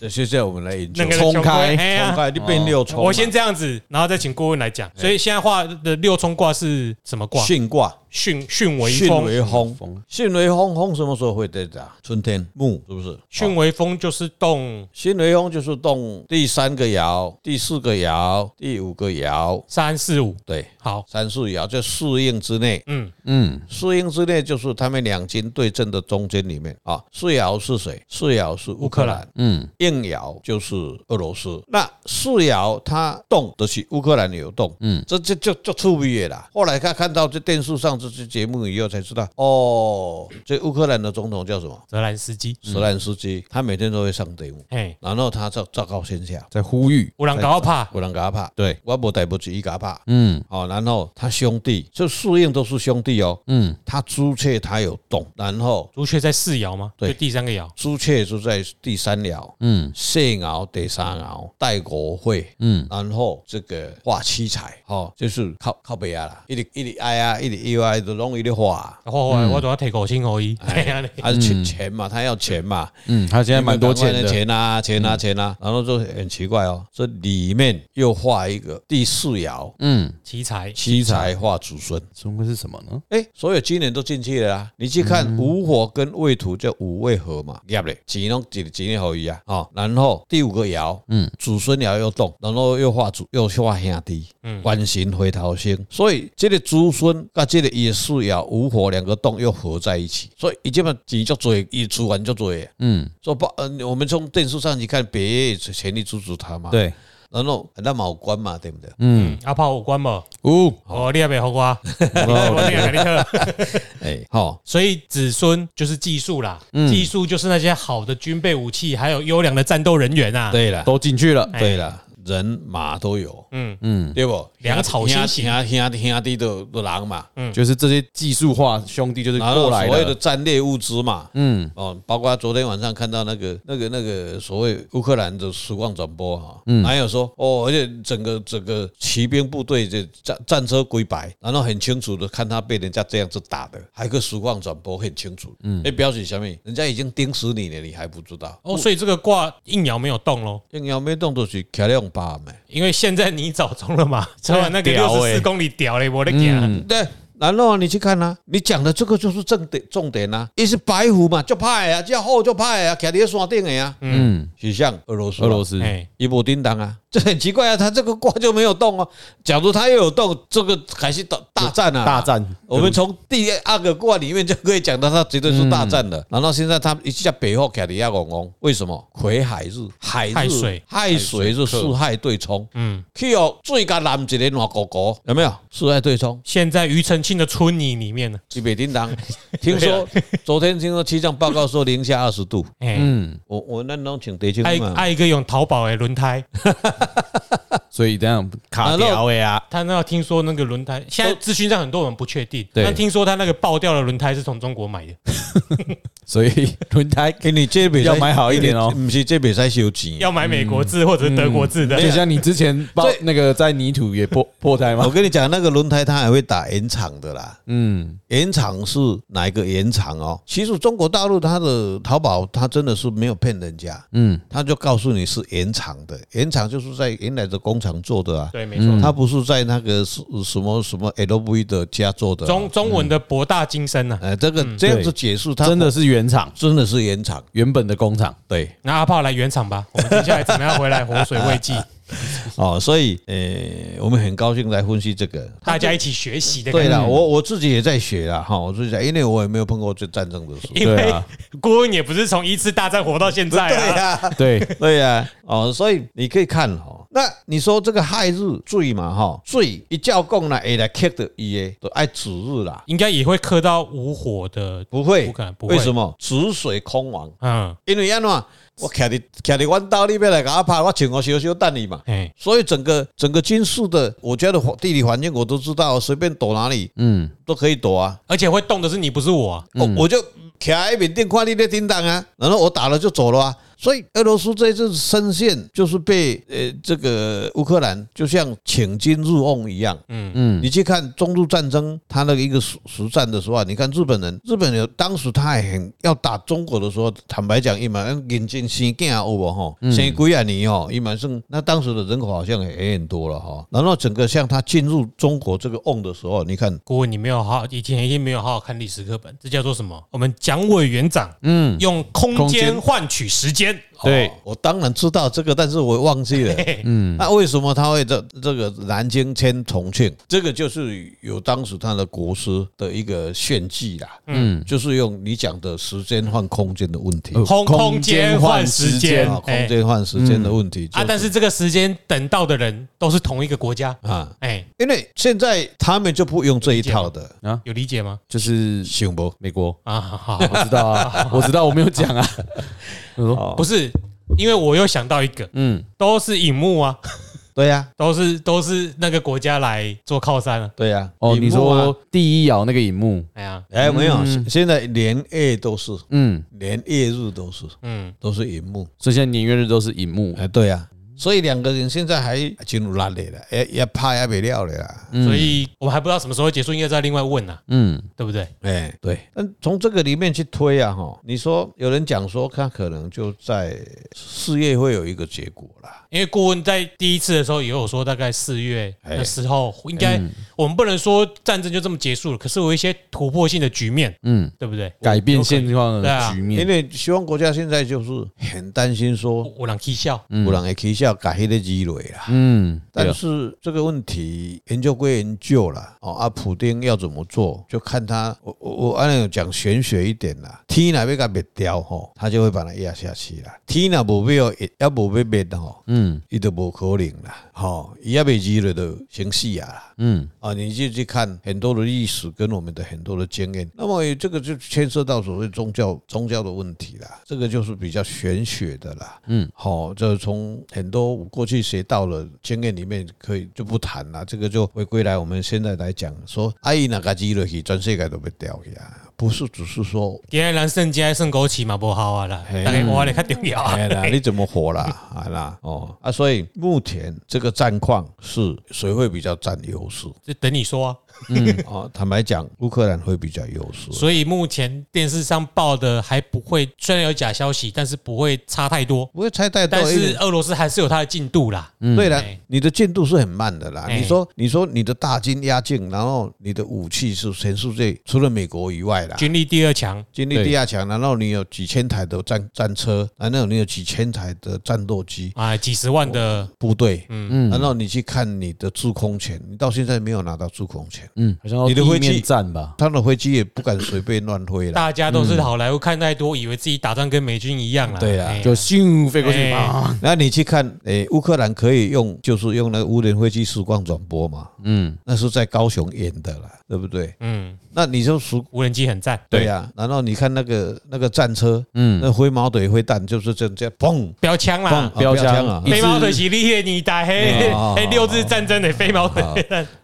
Speaker 3: 这现在我们来研究
Speaker 1: 那个
Speaker 2: 冲开
Speaker 1: 哎呀
Speaker 3: 冲开就变六冲嘛，
Speaker 1: 我先这样子，然后再请顾问来讲。所以现在画的六冲卦是什么卦？
Speaker 3: 巽卦。
Speaker 1: 巽巽为
Speaker 3: 巽为
Speaker 1: 风，
Speaker 3: 风，巽为风，风什么时候会对的？春天木是不是？
Speaker 1: 巽为风就是动
Speaker 3: 巽为风就是动第三个爻、第四个爻、第五个爻，
Speaker 1: 三四五，
Speaker 3: 对，
Speaker 1: 好，
Speaker 3: 三四爻在四应之内。
Speaker 1: 嗯，
Speaker 2: 嗯，
Speaker 3: 四应之内就是他们两军对阵的中间里面啊。四爻是谁？四爻是乌克兰，
Speaker 2: 嗯，
Speaker 3: 应爻就是俄罗斯。那四爻它动的是乌克兰有动，嗯，这这就就出味的啦。后来他看到这电视上这些节目以后才知道，哦，这乌克兰的总统叫什么？
Speaker 1: 泽兰斯基，
Speaker 2: 嗯
Speaker 3: 泽兰斯基，他每天都会上队伍，
Speaker 1: 哎，
Speaker 3: 然后他昭昭告天下，
Speaker 2: 在呼吁，
Speaker 1: 乌兰高帕，
Speaker 3: 有人给他怕，
Speaker 2: 对，
Speaker 3: 我无逮不起伊给他怕。
Speaker 2: 嗯
Speaker 3: 哦，然后他兄弟，这四应都是兄弟哦。
Speaker 2: 嗯，
Speaker 3: 他朱雀他有动，然后
Speaker 1: 朱雀在四爻吗？
Speaker 3: 对
Speaker 1: 就第三个爻，
Speaker 3: 朱雀就在第三爻，
Speaker 2: 嗯
Speaker 3: 谢爻第三爻带国会，
Speaker 2: 嗯，
Speaker 3: 然后这个化七彩，哦，就是靠靠北啊啦，一直一直挨啊，一直 U 啊，来就拢伊咧花，
Speaker 1: 然后后来我都要提口薪而已。哎呀，
Speaker 3: 还是钱钱嘛，他要钱嘛，
Speaker 2: 嗯，他嗯现在蛮多钱
Speaker 3: 赶快
Speaker 2: 的，嗯
Speaker 3: 钱啊，钱啊，钱啊，然后就很奇怪哦，这里面又画一个第四爻，
Speaker 4: 嗯，
Speaker 1: 奇才
Speaker 3: 七财化祖孙。
Speaker 4: 中国是什么呢？
Speaker 3: 哎，所有今年都进去了啊！你去
Speaker 4: 嗯
Speaker 3: 看午火跟未土叫五未合嘛，对不对？几弄几几年合一啊？哦，然后第五个爻，嗯，子孙爻又动，然后又化主又化兄弟，嗯，关心回头星，所以这个子孙跟这个也是爻午火两个动又合在一起，所以已经把几就追，一出完就追，
Speaker 4: 嗯，
Speaker 3: 说不，呃，我们从电视上去看，别人全力阻止他嘛，，
Speaker 4: 对，
Speaker 3: 然后那毛官嘛，对不对？
Speaker 4: 嗯，
Speaker 1: 阿啊炮有关无？
Speaker 4: 五，
Speaker 1: 哦，你也没好瓜，
Speaker 2: 哦
Speaker 1: 我你也没特。
Speaker 4: 哎，
Speaker 3: 好，
Speaker 1: 所以子孙就是技术啦，技术就是那些好的军备武器，还有优良的战斗人员啊。
Speaker 3: 对了，
Speaker 2: 都进去了，
Speaker 3: 对了，人马都有，
Speaker 1: 嗯，
Speaker 4: 嗯，
Speaker 3: 对不？
Speaker 1: 粮草先行
Speaker 3: 兄兄弟兄弟都都人嘛，
Speaker 2: 就是这些技术化兄弟就是
Speaker 3: 然
Speaker 2: 嗯
Speaker 3: 后
Speaker 2: 过
Speaker 3: 啊所
Speaker 2: 来
Speaker 3: 谓的
Speaker 2: 的，
Speaker 3: 战略物资嘛，
Speaker 4: 嗯，
Speaker 3: 哦，包括昨天晚上看到那个那个那个所谓乌克兰的实况转播哈，还有说哦，而且整个整个骑兵部队这战战车归白，然后很清楚的看他被人家这样子打的，还有个实况转播很清楚，嗯，哎，表示什么？人家已经盯死你了，你还不知道？
Speaker 1: 哦，所以这个卦应爻没有动喽，
Speaker 3: 硬要没动作去卡两把没？
Speaker 1: 因为现在你早中了嘛， 所以那个六十四公里屌嘞，我的天！
Speaker 3: 对，然后你去看啊，你讲的这个就是重点重点啊，一是白虎嘛，就派啊，叫后就派啊，徛在山顶的呀、啊，
Speaker 4: 嗯，
Speaker 3: 是像俄罗斯啊、
Speaker 4: 俄罗斯，
Speaker 1: 哎，
Speaker 3: 一波叮当啊，这很奇怪啊，他这个卦就没有动哦。假如他又有动，这个还是大大战啊，
Speaker 2: 大。战，
Speaker 3: 我们从第二个卦里面就可以讲到，它绝对是大战的。然后现在他一下北后凯里亚拱拱，啊为什么？癸亥日，亥日
Speaker 1: 亥水，
Speaker 3: 亥水是四亥对冲，嗯，去哦，最甲南一个暖狗狗，有没有？四亥对冲，
Speaker 1: 现在庾澄庆的村里里面呢，
Speaker 3: 去北叮当。听说昨天听说气象报告说零下二十度，
Speaker 1: 哎，
Speaker 4: 嗯，
Speaker 3: 我我那拢请得清
Speaker 1: 爱
Speaker 3: 嘛。
Speaker 1: 爱个用淘宝的轮胎，
Speaker 4: 所以这样卡
Speaker 3: 然后
Speaker 4: 掉的呀，
Speaker 1: 他那听说那个轮胎，现在资讯上很多人不确定，
Speaker 4: 对
Speaker 1: 但听说他那个爆掉的轮胎是从中国买的，
Speaker 4: 所以轮胎
Speaker 3: 给你这
Speaker 4: 要买好一点哦
Speaker 3: 不是这边在修钱。
Speaker 1: 要买美国制或者是德国
Speaker 2: 嗯
Speaker 1: 制的。
Speaker 4: 就像你之前爆那个在泥土也破破胎
Speaker 3: 我
Speaker 4: 吗？
Speaker 3: 跟你讲，那个轮胎它还会打延长的啦。
Speaker 4: 嗯，
Speaker 3: 延长是哪一个延长哦？其实中国大陆它的淘宝，它真的是没有骗人家，
Speaker 4: 嗯，
Speaker 3: 它就告诉你是延长的，延长就是在原来的工厂做的啊，
Speaker 1: 对，没错。
Speaker 3: 它不是在那个什什么什么 LV 的家做的啊。
Speaker 1: 中中文的博大精深呐、啊。
Speaker 3: 呃，这个这样子解释，它
Speaker 4: 真的是原厂
Speaker 3: 真的是延长。
Speaker 4: 原本的工厂，
Speaker 3: 对，
Speaker 1: 那阿炮来圆场吧，我们接下来怎么样回来活水未济，
Speaker 3: 哦，所以呃，我们很高兴来分析这个。
Speaker 1: 大家一起学习的。
Speaker 3: 对了，，我我自己也在学了哈，我自己在，因为我也没有碰过这战争的事。
Speaker 1: 因
Speaker 4: 对
Speaker 1: 为
Speaker 4: 啊
Speaker 1: 郭文也不是从一次大战活到现在啊。
Speaker 3: 呀、
Speaker 4: 对，
Speaker 3: 对呀、哦，所以你可以看哦。那你说这个亥日罪嘛哈，罪一叫供呢，会来克的伊的，都爱子日啦，
Speaker 1: 应该也会刻到无火的，
Speaker 3: 不会，
Speaker 1: 不可能不会
Speaker 3: 为什么？子水空亡，
Speaker 1: 嗯，
Speaker 3: 因为安怎？我徛伫徛伫阮兜里面来甲我拍，我穿我小小等你嘛。
Speaker 1: 哎，
Speaker 3: 所以整个整个军事的，我觉得环地理环境我都知道，随便躲哪里
Speaker 4: 嗯，
Speaker 3: 都可以躲啊。
Speaker 1: 而且会动的是你，不是我啊、
Speaker 3: 哦我我就徛在面顶看你在叮当啊，然后我打了就走了啊。所以俄罗斯这一次深陷就是被呃这个乌克兰就像请君入瓮一样，嗯嗯，你去看中日战争，他那个一个实实战的时候啊，你看日本人，日本人当时他也很要打中国的时候，坦白讲，一蛮眼睛生囝有无吼，生几啊年吼，一蛮算那当时的人口好像也也很多了哈。然后整个像他进入中国这个瓮的时候，你看
Speaker 1: 郭文，你没有好好，以前已经没有好好看历史课本，这叫做什么？我们蒋委员长，嗯，用空
Speaker 4: 空
Speaker 1: 间
Speaker 4: 间
Speaker 1: 换取时间，
Speaker 4: 对
Speaker 3: 哦，我当然知道这个，但是我忘记了。嗯，那为什么他会这这个南京迁重庆？这个就是有当时他的国师的一个炫技啦。嗯，就是用你讲的时间换空间的问题，
Speaker 4: 哦
Speaker 1: 空空间换时间
Speaker 3: 啊，，
Speaker 1: 哎
Speaker 3: 空间换时间的问
Speaker 4: 嗯
Speaker 3: 题
Speaker 1: 啊，但
Speaker 3: 是
Speaker 1: 是这个时间等到的人都是同一个国家，
Speaker 3: 啊，
Speaker 1: 哎，
Speaker 3: 因为现在他们就不用这一套的，
Speaker 1: 有理解吗？
Speaker 4: 就是
Speaker 3: 行不？
Speaker 4: 美国，
Speaker 1: 啊，好好，
Speaker 4: 我知道 啊，我知道，我没有讲啊，
Speaker 1: 不是，因为我又想到一个，
Speaker 4: 嗯，
Speaker 1: 都是影幕啊，
Speaker 3: 对呀，
Speaker 1: 都是都是那个国家来做靠山啊。
Speaker 3: 对呀。
Speaker 4: 哦，你
Speaker 3: 荧幕啊
Speaker 4: 说？第一爻那个荧幕，
Speaker 1: 哎呀，
Speaker 3: 哎，没有，现在连夜都是，
Speaker 4: 嗯，
Speaker 3: 连夜日都是，
Speaker 1: 嗯，
Speaker 3: 都是荧幕。
Speaker 4: 所以现在年月日都是荧幕，
Speaker 3: 哎，对呀、所以两个人现在还真有力的啦，也也怕也不了的啦。
Speaker 1: 所以我们还不知道什么时候会结束，应该再另外问呐、啊，
Speaker 2: 嗯，
Speaker 1: 对不对？
Speaker 3: 哎，对，但从这个里面去推啊，哈，你说有人讲说，他可能就在四月会有一个结果啦。
Speaker 1: 因为顾问在第一次的时候也有说，大概四月
Speaker 3: 哎
Speaker 1: 的时候，应该
Speaker 2: 嗯
Speaker 1: 我们不能说战争就这么结束了，可是有一些突破性的局面，
Speaker 2: 嗯，
Speaker 1: 对不对？
Speaker 2: 改变现状
Speaker 1: 对啊
Speaker 2: 的局
Speaker 3: 因
Speaker 2: 面，
Speaker 3: 为西方国家现在就是很担心说，
Speaker 1: 我让 K 笑，
Speaker 3: 有人会起效改黑的积累啦。
Speaker 2: 嗯，对
Speaker 3: 但
Speaker 2: 啊，
Speaker 3: 是这个问题研究归研究啦，哦啊，普丁要怎么做，就看他。我我我按照讲玄学一点啦，天哪要甲灭掉吼，他就会把它压下去啦。天哪无必要，也无要灭吼，
Speaker 2: 嗯
Speaker 3: 伊都无可能啦，吼，伊也未记了就先死啊啦。
Speaker 2: 嗯
Speaker 3: 啊，你就去看很多的历史跟我们的很多的经验，那么这个就牵涉到所谓宗教宗教的问题啦，这个就是比较玄学的啦。
Speaker 2: 嗯，
Speaker 3: 好、这从很多我过去学到了经验里面可以就不谈啦，这个就回归来我们现在来讲说，啊阿姨那个基落去，全世界都被掉去啊，不是只是说。
Speaker 1: 今天蓝圣加圣枸杞嘛不好啊啦，大概我来看重要啊。
Speaker 3: 哎啦，你怎么活啦？啊啦，哦啊，所以目前这个战况是谁会比较占优势？
Speaker 1: 就等你说啊。
Speaker 3: 哦，坦白讲，乌克兰会比较优势。
Speaker 1: 所以目前电视上报的还不会，虽然有假消息，但是不会差太多。
Speaker 3: 不会拆太多，
Speaker 1: 但
Speaker 3: 因为
Speaker 1: 是俄罗斯还是有它的进度啦。
Speaker 3: 对了
Speaker 1: 哎，
Speaker 3: 你的进度是很慢的啦。
Speaker 1: 哎
Speaker 3: 你说，你说你的大军压境，然后你的武器是全世界除了美国以外啦，
Speaker 1: 军力第二强，
Speaker 3: 军力第二强，然后你有几千台的战战车，然后你有几千台的战斗机
Speaker 1: 啊，几十万的
Speaker 3: 部队，然
Speaker 2: 嗯
Speaker 3: 后你去看你的制空权，你到现在没有拿到制空权，
Speaker 2: 嗯，好像要
Speaker 3: 你的
Speaker 2: 地
Speaker 3: 灰
Speaker 2: 面
Speaker 3: 机
Speaker 2: 战吧，
Speaker 3: 他的飞机也不敢随便乱飞了。
Speaker 1: 大家都是好莱坞看太多，以为自己打仗跟美军一样啦。
Speaker 3: 嗯
Speaker 4: 啊
Speaker 3: 对啦啊
Speaker 1: 哎呀
Speaker 2: 就咻飞过去
Speaker 1: 哎
Speaker 2: 啊，
Speaker 3: 那你去看，诶，乌克兰可以用，就是用那个无人飞机视光转播嘛，
Speaker 2: 嗯
Speaker 3: 那是在高雄演的啦，对不对？
Speaker 1: 嗯，
Speaker 3: 那你就数
Speaker 1: 无人机很赞，
Speaker 3: 对呀、然后你看那个那个战车，
Speaker 2: 嗯，
Speaker 3: 那灰毛腿灰弹就是这样这样砰
Speaker 1: 标枪啦
Speaker 3: 砰，
Speaker 2: 标
Speaker 3: 啊
Speaker 2: 枪
Speaker 3: 啊
Speaker 2: 一
Speaker 1: 飞毛腿
Speaker 2: 支
Speaker 1: 系列你打
Speaker 3: 哎
Speaker 1: 黑
Speaker 3: 哦哦
Speaker 1: 黑
Speaker 3: 哦
Speaker 1: 六日战争的飞毛腿，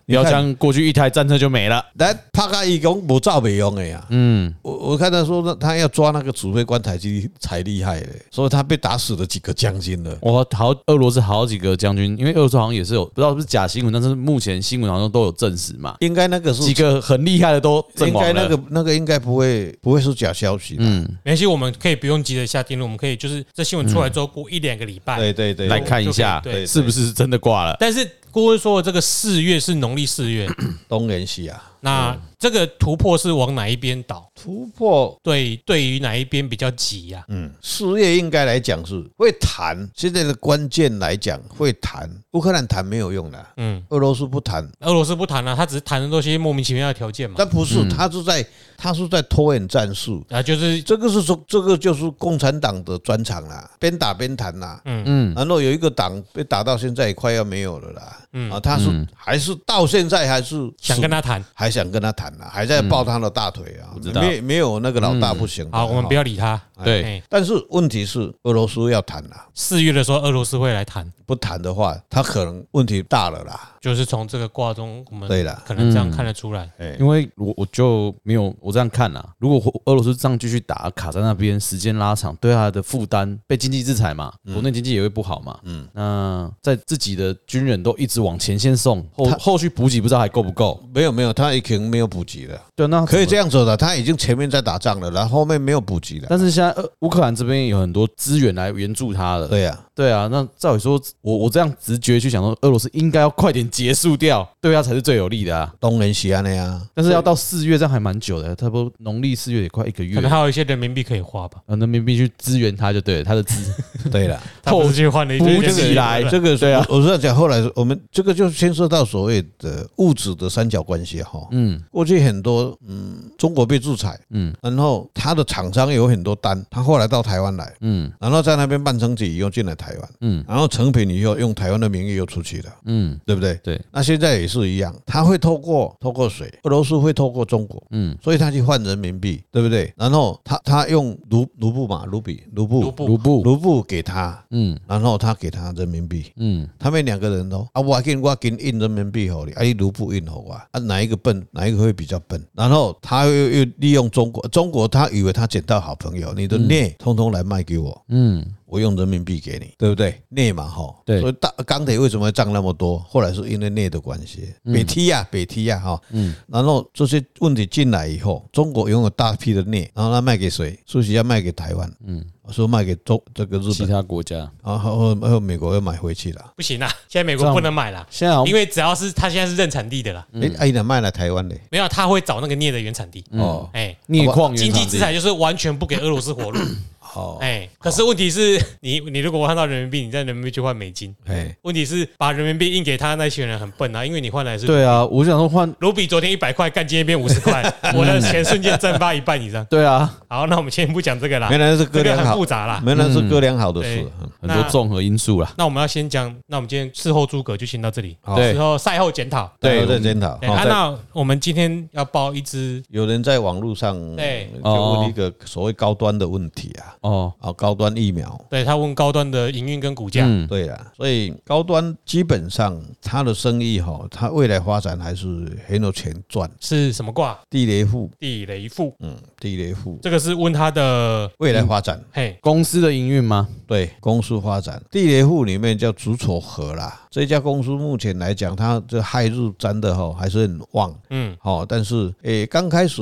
Speaker 2: 标枪过去一台战车就没了，
Speaker 3: 来帕卡伊讲无照没用的呀、
Speaker 2: 嗯，
Speaker 3: 我我看他说他要抓那个指挥官台机才厉害嘞，所以他被打死了几个将军了。
Speaker 2: 我好俄罗斯好几个将军，因为俄罗斯好像也是有不知道是不是假新闻，但是目前新闻好像都有证实嘛，
Speaker 3: 应该那个是
Speaker 2: 几个很厉害的都阵
Speaker 3: 应
Speaker 2: 亡
Speaker 3: 该那
Speaker 2: 了，
Speaker 3: 个那个应该不会不会是假消息的。
Speaker 2: 嗯，
Speaker 1: 没关系，我们可以不用急着下定论，我们可以就是这新闻出来之后过一两个礼拜，
Speaker 3: 嗯对对对，
Speaker 2: 来看一下
Speaker 1: 对对对
Speaker 2: 是不是真的挂了，
Speaker 1: 但是顾问说的这个四月是农历四月，
Speaker 3: 东元西啊，
Speaker 1: 那这个突破是往哪一边倒？
Speaker 3: 突破
Speaker 1: 对，对于哪一边比较急啊呀、
Speaker 3: 嗯，事业应该来讲是会谈，现在的关键来讲会谈，乌克兰谈没有用的，
Speaker 1: 嗯，
Speaker 3: 俄罗斯不谈，
Speaker 1: 俄罗斯不谈了、啊他只是谈的都是一些莫名其妙的条件嘛。
Speaker 3: 但不
Speaker 2: 嗯
Speaker 3: 是，他是在他是在拖延战术，
Speaker 1: 啊，就是
Speaker 3: 这个是说这个就是共产党的专长啦，边打边谈啦。
Speaker 2: 嗯
Speaker 3: 然后有一个党被打到现在也快要没有了啦，啊，他是
Speaker 2: 嗯
Speaker 3: 还是到现在还是
Speaker 1: 嗯想跟他谈。
Speaker 3: 还想跟他谈啦，还在抱他的大腿啊
Speaker 2: 嗯知，道
Speaker 3: 没没有那个老大不行的。
Speaker 1: 嗯好，我们不要理他。
Speaker 2: 对，
Speaker 1: 哎，
Speaker 3: 但是问题是，俄罗斯要谈啦，
Speaker 1: 四月的时候，俄罗斯会来谈，
Speaker 3: 不谈的话，他可能问题大了啦。
Speaker 1: 就是从这个卦中，我们
Speaker 3: 对啦嗯
Speaker 1: 可能这样看得出来。
Speaker 2: 因为我我就没有我这样看啦、如果俄罗斯这样继续打卡在那边，时间拉长，对他的负担被经济制裁嘛，
Speaker 3: 嗯
Speaker 2: 国内经济也会不好嘛。嗯，那在自己的军人都一直往前线送，后后续补给不知道还够不够。
Speaker 3: 没有没有，他已经没有补给了，
Speaker 2: 对，那
Speaker 3: 可以
Speaker 2: 这样。
Speaker 3: 这样说的，他已经前面在打仗了，然后后面没有补给了。
Speaker 2: 但是现在呃乌克兰这边有很多资源来援助他了。
Speaker 3: 对呀，
Speaker 2: 对啊，那照理说，我我这样直觉去想说，俄罗斯应该要快点结束掉，对他才是最有利的啊。
Speaker 3: 东人西安的啊呀。
Speaker 2: 但是要到四月，这样还蛮久的，差不多农历四月也快一个月
Speaker 1: 可。能还有一些人民币可以花吧，
Speaker 2: 啊，那边必须支援他就对了，他的资
Speaker 3: 对了，
Speaker 1: 他不是去换了一堆
Speaker 2: 补
Speaker 1: 人民币
Speaker 2: 起来，
Speaker 1: 了
Speaker 2: 这个对啊，
Speaker 3: 我是要讲后来我们这个就牵涉到所谓的物质的三角关系哈。
Speaker 2: 嗯
Speaker 3: 过去很多嗯，中国被制裁，
Speaker 2: 嗯
Speaker 3: 然后他的厂商有很多单，他后来到台湾来，
Speaker 2: 嗯
Speaker 3: 然后在那边半成品以后进来台湾，
Speaker 2: 嗯
Speaker 3: 然后成品以后用台湾的名义又出去了。
Speaker 2: 嗯，
Speaker 3: 对不对？
Speaker 2: 对，
Speaker 3: 那现在也是一样，他会透过透过谁？俄罗斯会透过中国，
Speaker 2: 嗯，
Speaker 3: 所以他去换人民币，对不对？然后他他用卢卢布嘛，卢比卢
Speaker 1: 卢
Speaker 3: 布
Speaker 1: 布
Speaker 2: 卢布，
Speaker 3: 卢布给他，
Speaker 2: 嗯
Speaker 3: 然后他给他人民币，
Speaker 2: 嗯
Speaker 3: 他们两个人哦，啊，我给你我给你印人民币好你，啊，你卢布印好我，啊，哪一个笨，哪一个会比较笨？然后他又
Speaker 4: 嗯
Speaker 3: 又利用中国，中国他以为他捡到好朋友，你的镍通通来卖给我，
Speaker 2: 嗯
Speaker 3: 我用人民币给你，对不对？镍嘛，哈，
Speaker 4: 对
Speaker 3: 所以大钢铁为什么会涨那么多？后来是因为镍的关系，
Speaker 4: 嗯
Speaker 3: 北梯呀，北梯呀，哈，嗯，然后这些问题进来以后，中国拥有大批的镍，然后它卖给谁？苏西要卖给台湾，嗯，说卖给中这个日
Speaker 4: 其
Speaker 3: 本，
Speaker 4: 他国家
Speaker 3: 然后然后美国又买回去了。
Speaker 1: 不行啦，现在美
Speaker 4: 这
Speaker 1: 国
Speaker 4: 样
Speaker 1: 不能买啦，
Speaker 4: 现在好
Speaker 1: 因
Speaker 4: 像
Speaker 1: 为只要是它现在是认产地的啦，
Speaker 3: 哎，哎，那卖来台湾的
Speaker 1: 没有他会找那个镍的原产地。
Speaker 3: 哦，
Speaker 1: 哎，
Speaker 4: 嗯镍矿
Speaker 1: 经
Speaker 4: 原
Speaker 1: 济
Speaker 4: 厂
Speaker 1: 制裁就是完全不给俄罗斯活路。
Speaker 3: 好，
Speaker 1: 哎，可是问题是你你如果换到人民币，你在人民币去换美金，
Speaker 3: 哎，
Speaker 1: 问题是把人民币印给他那群人很笨啊，因为你换来是
Speaker 4: 对啊，我想说换
Speaker 1: 卢比昨天一百块，干今天变五十 块，我的钱瞬间蒸发一半以上。
Speaker 4: 对啊，
Speaker 1: 好，那我们先不讲这个啦，
Speaker 3: 原来是
Speaker 1: 这
Speaker 3: 哥
Speaker 1: 个
Speaker 3: 俩
Speaker 1: 很
Speaker 3: 好
Speaker 1: 复，杂啦。
Speaker 3: 原来是哥俩好的事
Speaker 1: 对，
Speaker 3: 嗯
Speaker 4: 很多综合因素啦。
Speaker 1: 那我们要先讲，那我们今天事后诸葛就先到这里，
Speaker 3: 好
Speaker 4: 对
Speaker 1: 事后赛后检讨。
Speaker 3: 对，在检讨。
Speaker 1: 对
Speaker 3: 好
Speaker 1: 啊，
Speaker 3: 再
Speaker 1: 那我们今天要报一支
Speaker 3: 有人在网络上
Speaker 1: 对
Speaker 3: 就问一个所谓高端的问题啊，
Speaker 4: 哦，
Speaker 3: 啊，高端疫苗。
Speaker 1: 对他问高端的营运跟股价，
Speaker 4: 嗯，
Speaker 3: 对啦，所以高端基本上它的生意哈，它未来发展还是很有钱赚。
Speaker 1: 是什么卦？
Speaker 3: 地雷户，
Speaker 1: 地雷富，
Speaker 3: 嗯，地雷户
Speaker 1: 这个是问他的，
Speaker 3: 未来发展，
Speaker 1: 嘿，
Speaker 4: 公司的营运吗？
Speaker 3: 对公司发展，地雷户里面叫竹丑和啦。这家公司目前来讲，它这亥日沾的哦哈还是很旺，
Speaker 1: 嗯，
Speaker 3: 好，但是诶，刚开始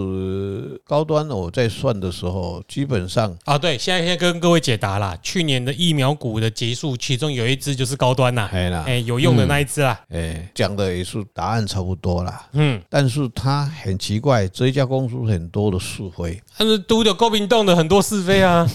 Speaker 3: 高端我在算的时候，基本上
Speaker 1: 啊，对，现在先跟各位解答啦，去年的疫苗股的结束，其中有一支就是高端呐，
Speaker 3: 哎啦，
Speaker 1: 哎，有用的那一支啦，
Speaker 3: 哎，讲的也是答案差不多啦。
Speaker 1: 嗯，
Speaker 3: 但是他很奇怪，这一家公司很多的是非，
Speaker 1: 但是都的高平洞的很多是非 啊，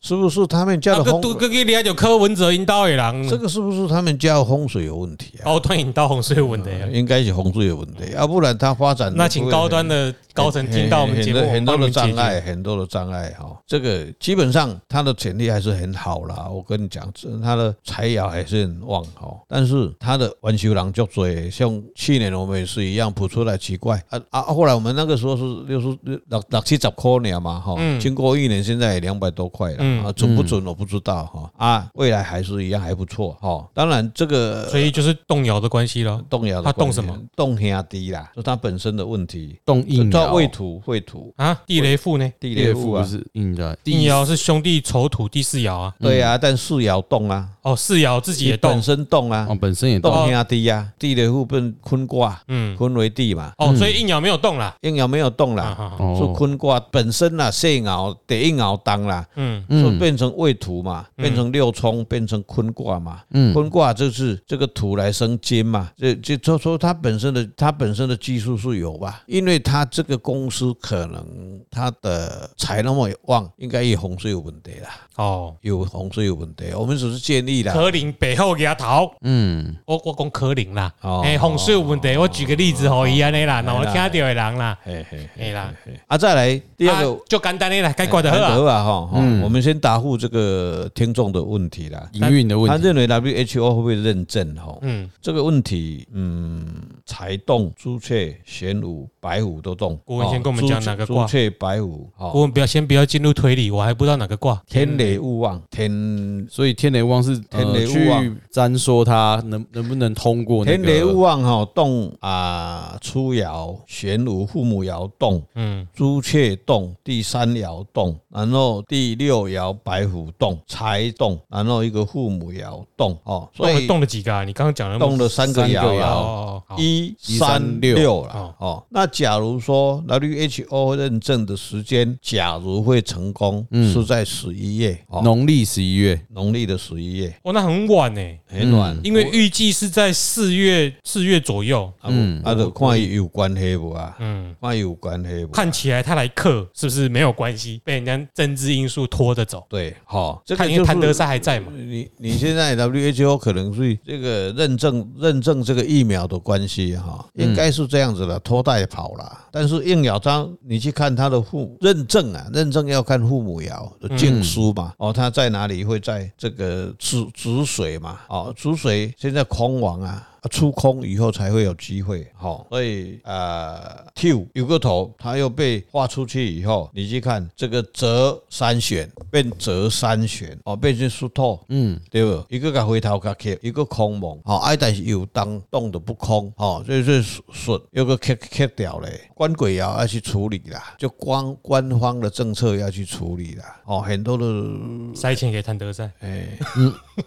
Speaker 3: 是不是他们家
Speaker 1: 啊
Speaker 3: 的
Speaker 1: 个都嗯
Speaker 3: 风？
Speaker 1: 个个你就柯文哲引导的人，
Speaker 3: 这个是不是他们家的风水有问题啊？
Speaker 1: 高端引导洪水稳的呀。
Speaker 3: 应该是风水有问题，要不然他发展
Speaker 1: 那请高端
Speaker 3: 的
Speaker 1: 的高层听到我们节目，
Speaker 3: 嗯很多
Speaker 1: 帮我
Speaker 3: 的
Speaker 1: 们解决
Speaker 3: 障碍，很多的障碍哈。这个基本上他的潜力还是很好啦，我跟你讲，他的财爻还是很旺哈。但是他的完球郎就追，像去年我们也是一样补出来奇怪啊啊！后来我们那个时候是六十六六七十块年嘛哈，经过一年现在也两百多块了啊，准不准我不知道哈啊，未来还是一样还不错哈。当然这个
Speaker 1: 所以就是动摇的关系了。
Speaker 3: 动摇的
Speaker 1: 他动
Speaker 3: 关
Speaker 1: 什
Speaker 3: 键
Speaker 1: 么？
Speaker 3: 动压低啦，就它本身的问题。
Speaker 4: 动疫
Speaker 3: 它
Speaker 4: 苗，
Speaker 3: 未土会土，
Speaker 1: 啊，地雷富呢？
Speaker 3: 地
Speaker 4: 业
Speaker 3: 雷户
Speaker 4: 务不
Speaker 3: 啊，
Speaker 4: 是硬的，
Speaker 1: 地爻是兄弟丑土第四爻啊，
Speaker 3: 对啊，但四爻动啊，
Speaker 1: 哦，四爻自己也
Speaker 3: 本
Speaker 1: 动，
Speaker 3: 身动啊
Speaker 4: 哦，，本身也动
Speaker 1: 哦
Speaker 3: 动压低啊，地雷户变坤卦，
Speaker 1: 嗯，
Speaker 3: 坤为地嘛，
Speaker 1: 哦，所以应爻没有动啦，
Speaker 3: 应爻没有动
Speaker 1: 啊
Speaker 3: 啦，
Speaker 1: 哈哈，
Speaker 3: 是
Speaker 4: 哦，
Speaker 3: 坤卦本身啦，岁爻得一爻当啦，
Speaker 1: 嗯，
Speaker 3: 就变成未土嘛，变成六冲，变成坤卦嘛。坤卦就是这个土来生金嘛，这这就说它本身的它本身的技术是有吧，因为它这个公司可能它的财那么旺，应该也洪水有问题啦，
Speaker 1: 哦，
Speaker 3: 有洪水有问题，我们只是建议啦。
Speaker 1: 柯林背后给他逃，
Speaker 4: 嗯，
Speaker 1: 我我讲柯林啦，
Speaker 3: 哦
Speaker 1: 哎，洪水有问题，我举个例子吼，伊安尼啦，那我
Speaker 3: 哎
Speaker 1: 听
Speaker 3: 啦
Speaker 1: 到的人啦，
Speaker 3: 嘿嘿
Speaker 1: 哎啦，
Speaker 3: 啊，再来第二个哎
Speaker 1: 啊。就简单的啦，该管的好
Speaker 3: 很
Speaker 1: 啊，
Speaker 3: 好啊哈，哈
Speaker 4: 嗯
Speaker 3: 我们先答复这个听众的问题啦。
Speaker 4: 营运的
Speaker 3: 他
Speaker 4: 问题，
Speaker 3: 认为 WHO 会不会认证？哈，
Speaker 1: 嗯，
Speaker 3: 这个问题，嗯，财动、朱雀、玄武、白虎都动。
Speaker 1: 国文先跟我们讲哪个卦
Speaker 3: 哦朱雀、朱雀白虎，
Speaker 1: 我
Speaker 3: 哦，
Speaker 1: 们不要先不要进入推理，我还不知道哪个卦，
Speaker 3: 天雷勿忘，天
Speaker 4: 所以天雷汪是
Speaker 3: 天
Speaker 4: 呃
Speaker 3: 雷
Speaker 4: 去
Speaker 3: 屋啊
Speaker 4: 占说它能能不能通过那
Speaker 3: 天
Speaker 4: 个
Speaker 3: 雷勿忘哈，动啊，初爻、玄武、父母爻动，
Speaker 1: 嗯，
Speaker 3: 朱雀动，第三爻动，然后第六爻白虎动，财动，然后一个父母爻动，哦，所
Speaker 1: 动了
Speaker 3: 以
Speaker 1: 动了几个啊？你刚刚讲了
Speaker 3: 动了三个
Speaker 4: 三个
Speaker 3: 爻
Speaker 1: 哦
Speaker 3: 啦。
Speaker 4: 爻
Speaker 1: 哦，哦好
Speaker 3: 一
Speaker 4: 三
Speaker 3: 三
Speaker 4: 六
Speaker 3: 六了
Speaker 1: 哦
Speaker 3: 哦。那假如说 WHO 认证的时间，假如会成功，是在十一月哦，
Speaker 4: 农历十一月，
Speaker 3: 农历的十一月，
Speaker 1: 哦，那很晚呢，
Speaker 3: 很晚，
Speaker 1: 嗯因为预计是在四月四月左右。
Speaker 3: 啊不，啊，就看伊有关系不啊？
Speaker 1: 嗯，
Speaker 3: 看伊有关系不？
Speaker 1: 看起来他来克是不是没有关系？被人家政治因素拖着走。
Speaker 3: 对，好，这个
Speaker 1: 看因
Speaker 3: 就
Speaker 1: 为谭德
Speaker 3: 是。
Speaker 1: 赛还在嘛？
Speaker 3: 你你现在 WHO 可能是这个认证认证这个疫苗的关系哈，应该是这样子的，拖带跑啦。但是硬咬它，你去看它的父认证啊，认证要看父母爻的证书嘛，哦，它在哪里会在这个止止水嘛，哦，止水现在空亡啊。啊出空以后才会有机会。好，所以呃，Q 有个头，它又被划出去以后，你去看这个折三选变折三选哦，变成疏透，嗯，对不？一个甲回头甲克，一个空蒙，好、哦，哎，但是有当动的不空，哦，所以是损又个克克掉嘞，官鬼也要去处理啦，就官官方的政策要去处理啦，哦，很多的嗯
Speaker 1: 塞钱给谭德赛，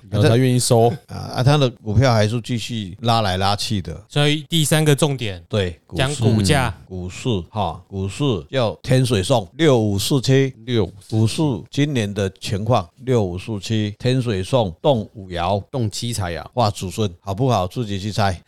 Speaker 4: 然后他愿意收，
Speaker 3: 啊啊，它的股票还是继续拉来拉去的，
Speaker 1: 所以第三个重点
Speaker 3: 对，股
Speaker 1: 讲
Speaker 3: 市
Speaker 1: 股价，
Speaker 3: 股市哈，股市要天水送六五四七
Speaker 4: 六
Speaker 3: 股市今年的情况，六五四七天水送动五爻
Speaker 4: 动七财爻，
Speaker 3: 画子孙好不好？自己去猜，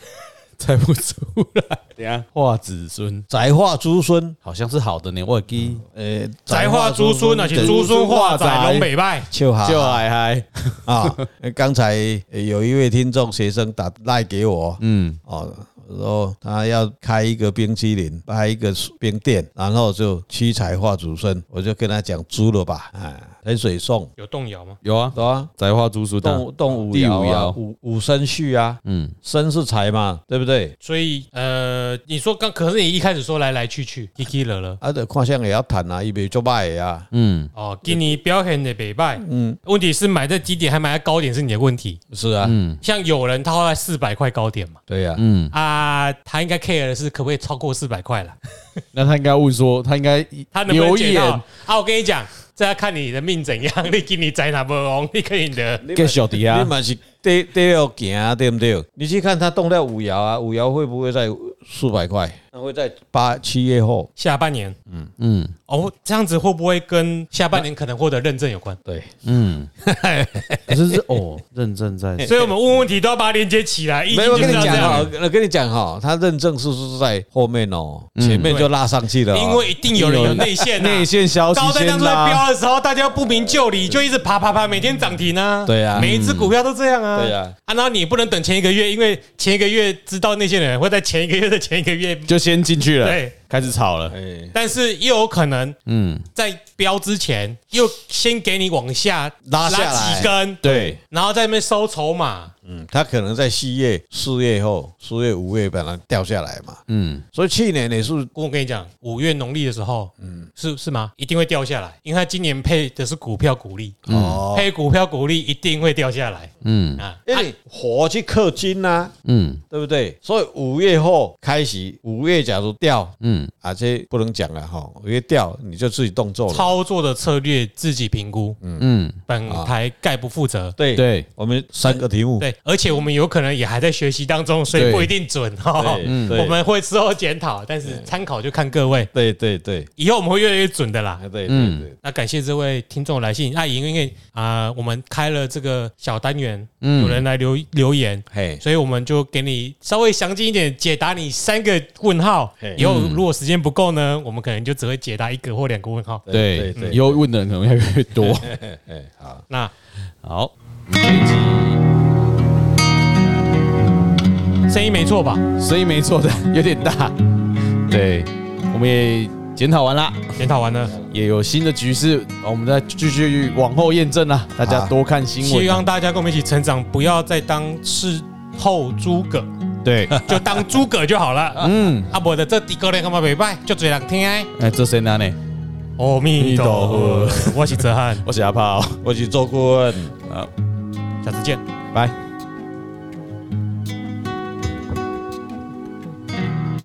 Speaker 4: 猜不出来。等下画子孙
Speaker 3: 宅化诸孙，
Speaker 4: 好像是好的呢，我记
Speaker 3: 呃，
Speaker 1: 宅化诸孙啊，是
Speaker 3: 对
Speaker 1: 诸孙化
Speaker 4: 对
Speaker 1: 宅龙北拜，
Speaker 3: 就嗯好
Speaker 4: 就嗨嗨，
Speaker 3: 啊。 刚才有一位听众学生打赖给我，
Speaker 4: 嗯，
Speaker 3: 哦，然后他要开一个冰淇淋，开一个冰店，然后就七彩化祖孙，我就跟他讲租了吧，哎，天水送，
Speaker 1: 有动摇吗？
Speaker 4: 有啊，
Speaker 3: 对啊。
Speaker 4: 宅化诸书的
Speaker 3: 动动五
Speaker 4: 第五
Speaker 3: 爻啊，
Speaker 4: 爻
Speaker 3: 五五生序啊，
Speaker 4: 嗯，
Speaker 3: 生是财嘛，对不对？
Speaker 1: 所以呃，你说刚，可是你一开始说来来去去，K K 了了。
Speaker 3: 啊，得看相也要谈啊，伊袂做歹的啊，
Speaker 4: 嗯，
Speaker 1: 哦，今年表现的北拜，嗯，问题是买在低点还买在高点是你的问题。
Speaker 3: 是啊，
Speaker 4: 嗯
Speaker 1: 像有人他花在四百块高点嘛，
Speaker 3: 对呀，
Speaker 1: 啊，他应该 care 的是可不可以超过四百块了，
Speaker 4: 那他应该问说，他应该
Speaker 1: 他能不能
Speaker 4: 留
Speaker 1: 捡到
Speaker 4: 言
Speaker 1: 啊？我跟你讲，这要看你的命怎样，你今年在哪不红， 你可以的。
Speaker 4: get 小迪
Speaker 3: 你
Speaker 4: 啊，
Speaker 3: 嘛是对对要行啊，对不对？你去看他动到五爻啊，五爻会不会在四百块？那会在八七月后，
Speaker 1: 下半年
Speaker 4: 嗯
Speaker 1: 哦，这样子会不会跟下半年可能获得认证有关？
Speaker 3: 对，
Speaker 4: 嗯，可是是哦，认证在
Speaker 1: 所以我们问问题都要把它连接起来。
Speaker 3: 没有我跟你讲
Speaker 1: 啊
Speaker 3: 哈，，我跟你讲哈，他认证是是在后面哦，前面就拉上去了哦，
Speaker 1: 因为一定有人有内线啊，
Speaker 4: 内线消息
Speaker 1: 高在
Speaker 4: 先
Speaker 1: 当初在
Speaker 4: 拉，
Speaker 1: 飙的时候，大家不明就里，就一直爬爬爬，每天涨停啊。
Speaker 3: 对啊
Speaker 1: 每一只股票都这样啊。
Speaker 3: 对啊，
Speaker 1: 啊，然后你不能等前一个月，因为前一个月知道那些人会在前一个月的前一个月，
Speaker 4: 就先进去了，
Speaker 1: 对，
Speaker 4: 开始吵了，
Speaker 3: 哎，
Speaker 1: 但是又有可能
Speaker 4: 嗯，
Speaker 1: 在飙之前又先给你往下
Speaker 3: 拉下来
Speaker 1: 几根，
Speaker 4: 对，
Speaker 1: 然后在那边收筹码。
Speaker 3: 嗯，他可能在四月、四月后，四月、五月把它掉下来嘛，
Speaker 4: 嗯，
Speaker 3: 所以去年也是
Speaker 1: 我跟你讲，五月农历的时候，嗯，是是吗？一定会掉下来，因为他今年配的是股票股利，
Speaker 3: 哦，
Speaker 1: 配股票股利一定会掉下来
Speaker 4: 嗯
Speaker 1: 啊。
Speaker 3: 因为火去克金啊呐、
Speaker 4: 嗯
Speaker 3: 对不对？所以五月后开始，五月假如掉
Speaker 4: 嗯，
Speaker 3: 啊，这不能讲了哈，五月掉你就自己动作了。
Speaker 1: 操作的策略自己评估，
Speaker 4: 嗯，
Speaker 1: 本台概不负责。
Speaker 3: 对
Speaker 4: 对，
Speaker 3: 我们三个题目，
Speaker 1: 对，而且我们有可能也还在学习当中，所以
Speaker 4: 对
Speaker 1: 不一定准哈。
Speaker 3: 嗯对
Speaker 1: 我们会事后检讨，但是参考就看各位，
Speaker 3: 对对对
Speaker 1: 以后我们会越来越准的啦
Speaker 3: 啊。对对
Speaker 4: 嗯
Speaker 3: 对，
Speaker 1: 那感谢这位听众来信，那也因为啊、我们开了这个小单元，有人来留留言，
Speaker 3: 嘿，
Speaker 1: 所以我们就给你稍微详尽一点解答你三个问号
Speaker 3: 嘿。
Speaker 1: 以后如果时间不够呢，我们可能就只会解答一个或两个问号。
Speaker 4: 对
Speaker 3: 对，
Speaker 4: 以后问的人可能越来越多。
Speaker 1: 那
Speaker 4: 好，
Speaker 1: 声音没错吧？
Speaker 4: 声音没错的，有点大。对，我们也检讨完啦，
Speaker 1: 检讨完了，
Speaker 4: 也有新的局势，我们再继续往后验证啦。大家
Speaker 3: 好
Speaker 4: 多看新
Speaker 1: 希
Speaker 4: 闻啊，
Speaker 1: 望大家跟我们一起成长，不要再当事后诸葛，
Speaker 4: 对，
Speaker 1: 就当诸葛就 好了。
Speaker 4: 嗯，
Speaker 1: 啊，我的这第个人干嘛没拜，就嘴人听哎。
Speaker 4: 哎，这谁拿呢？
Speaker 1: 阿弥陀 佛，我是哲翰，
Speaker 4: 我是阿炮，
Speaker 3: 我去做顾问。
Speaker 1: 下次见。
Speaker 4: 拜。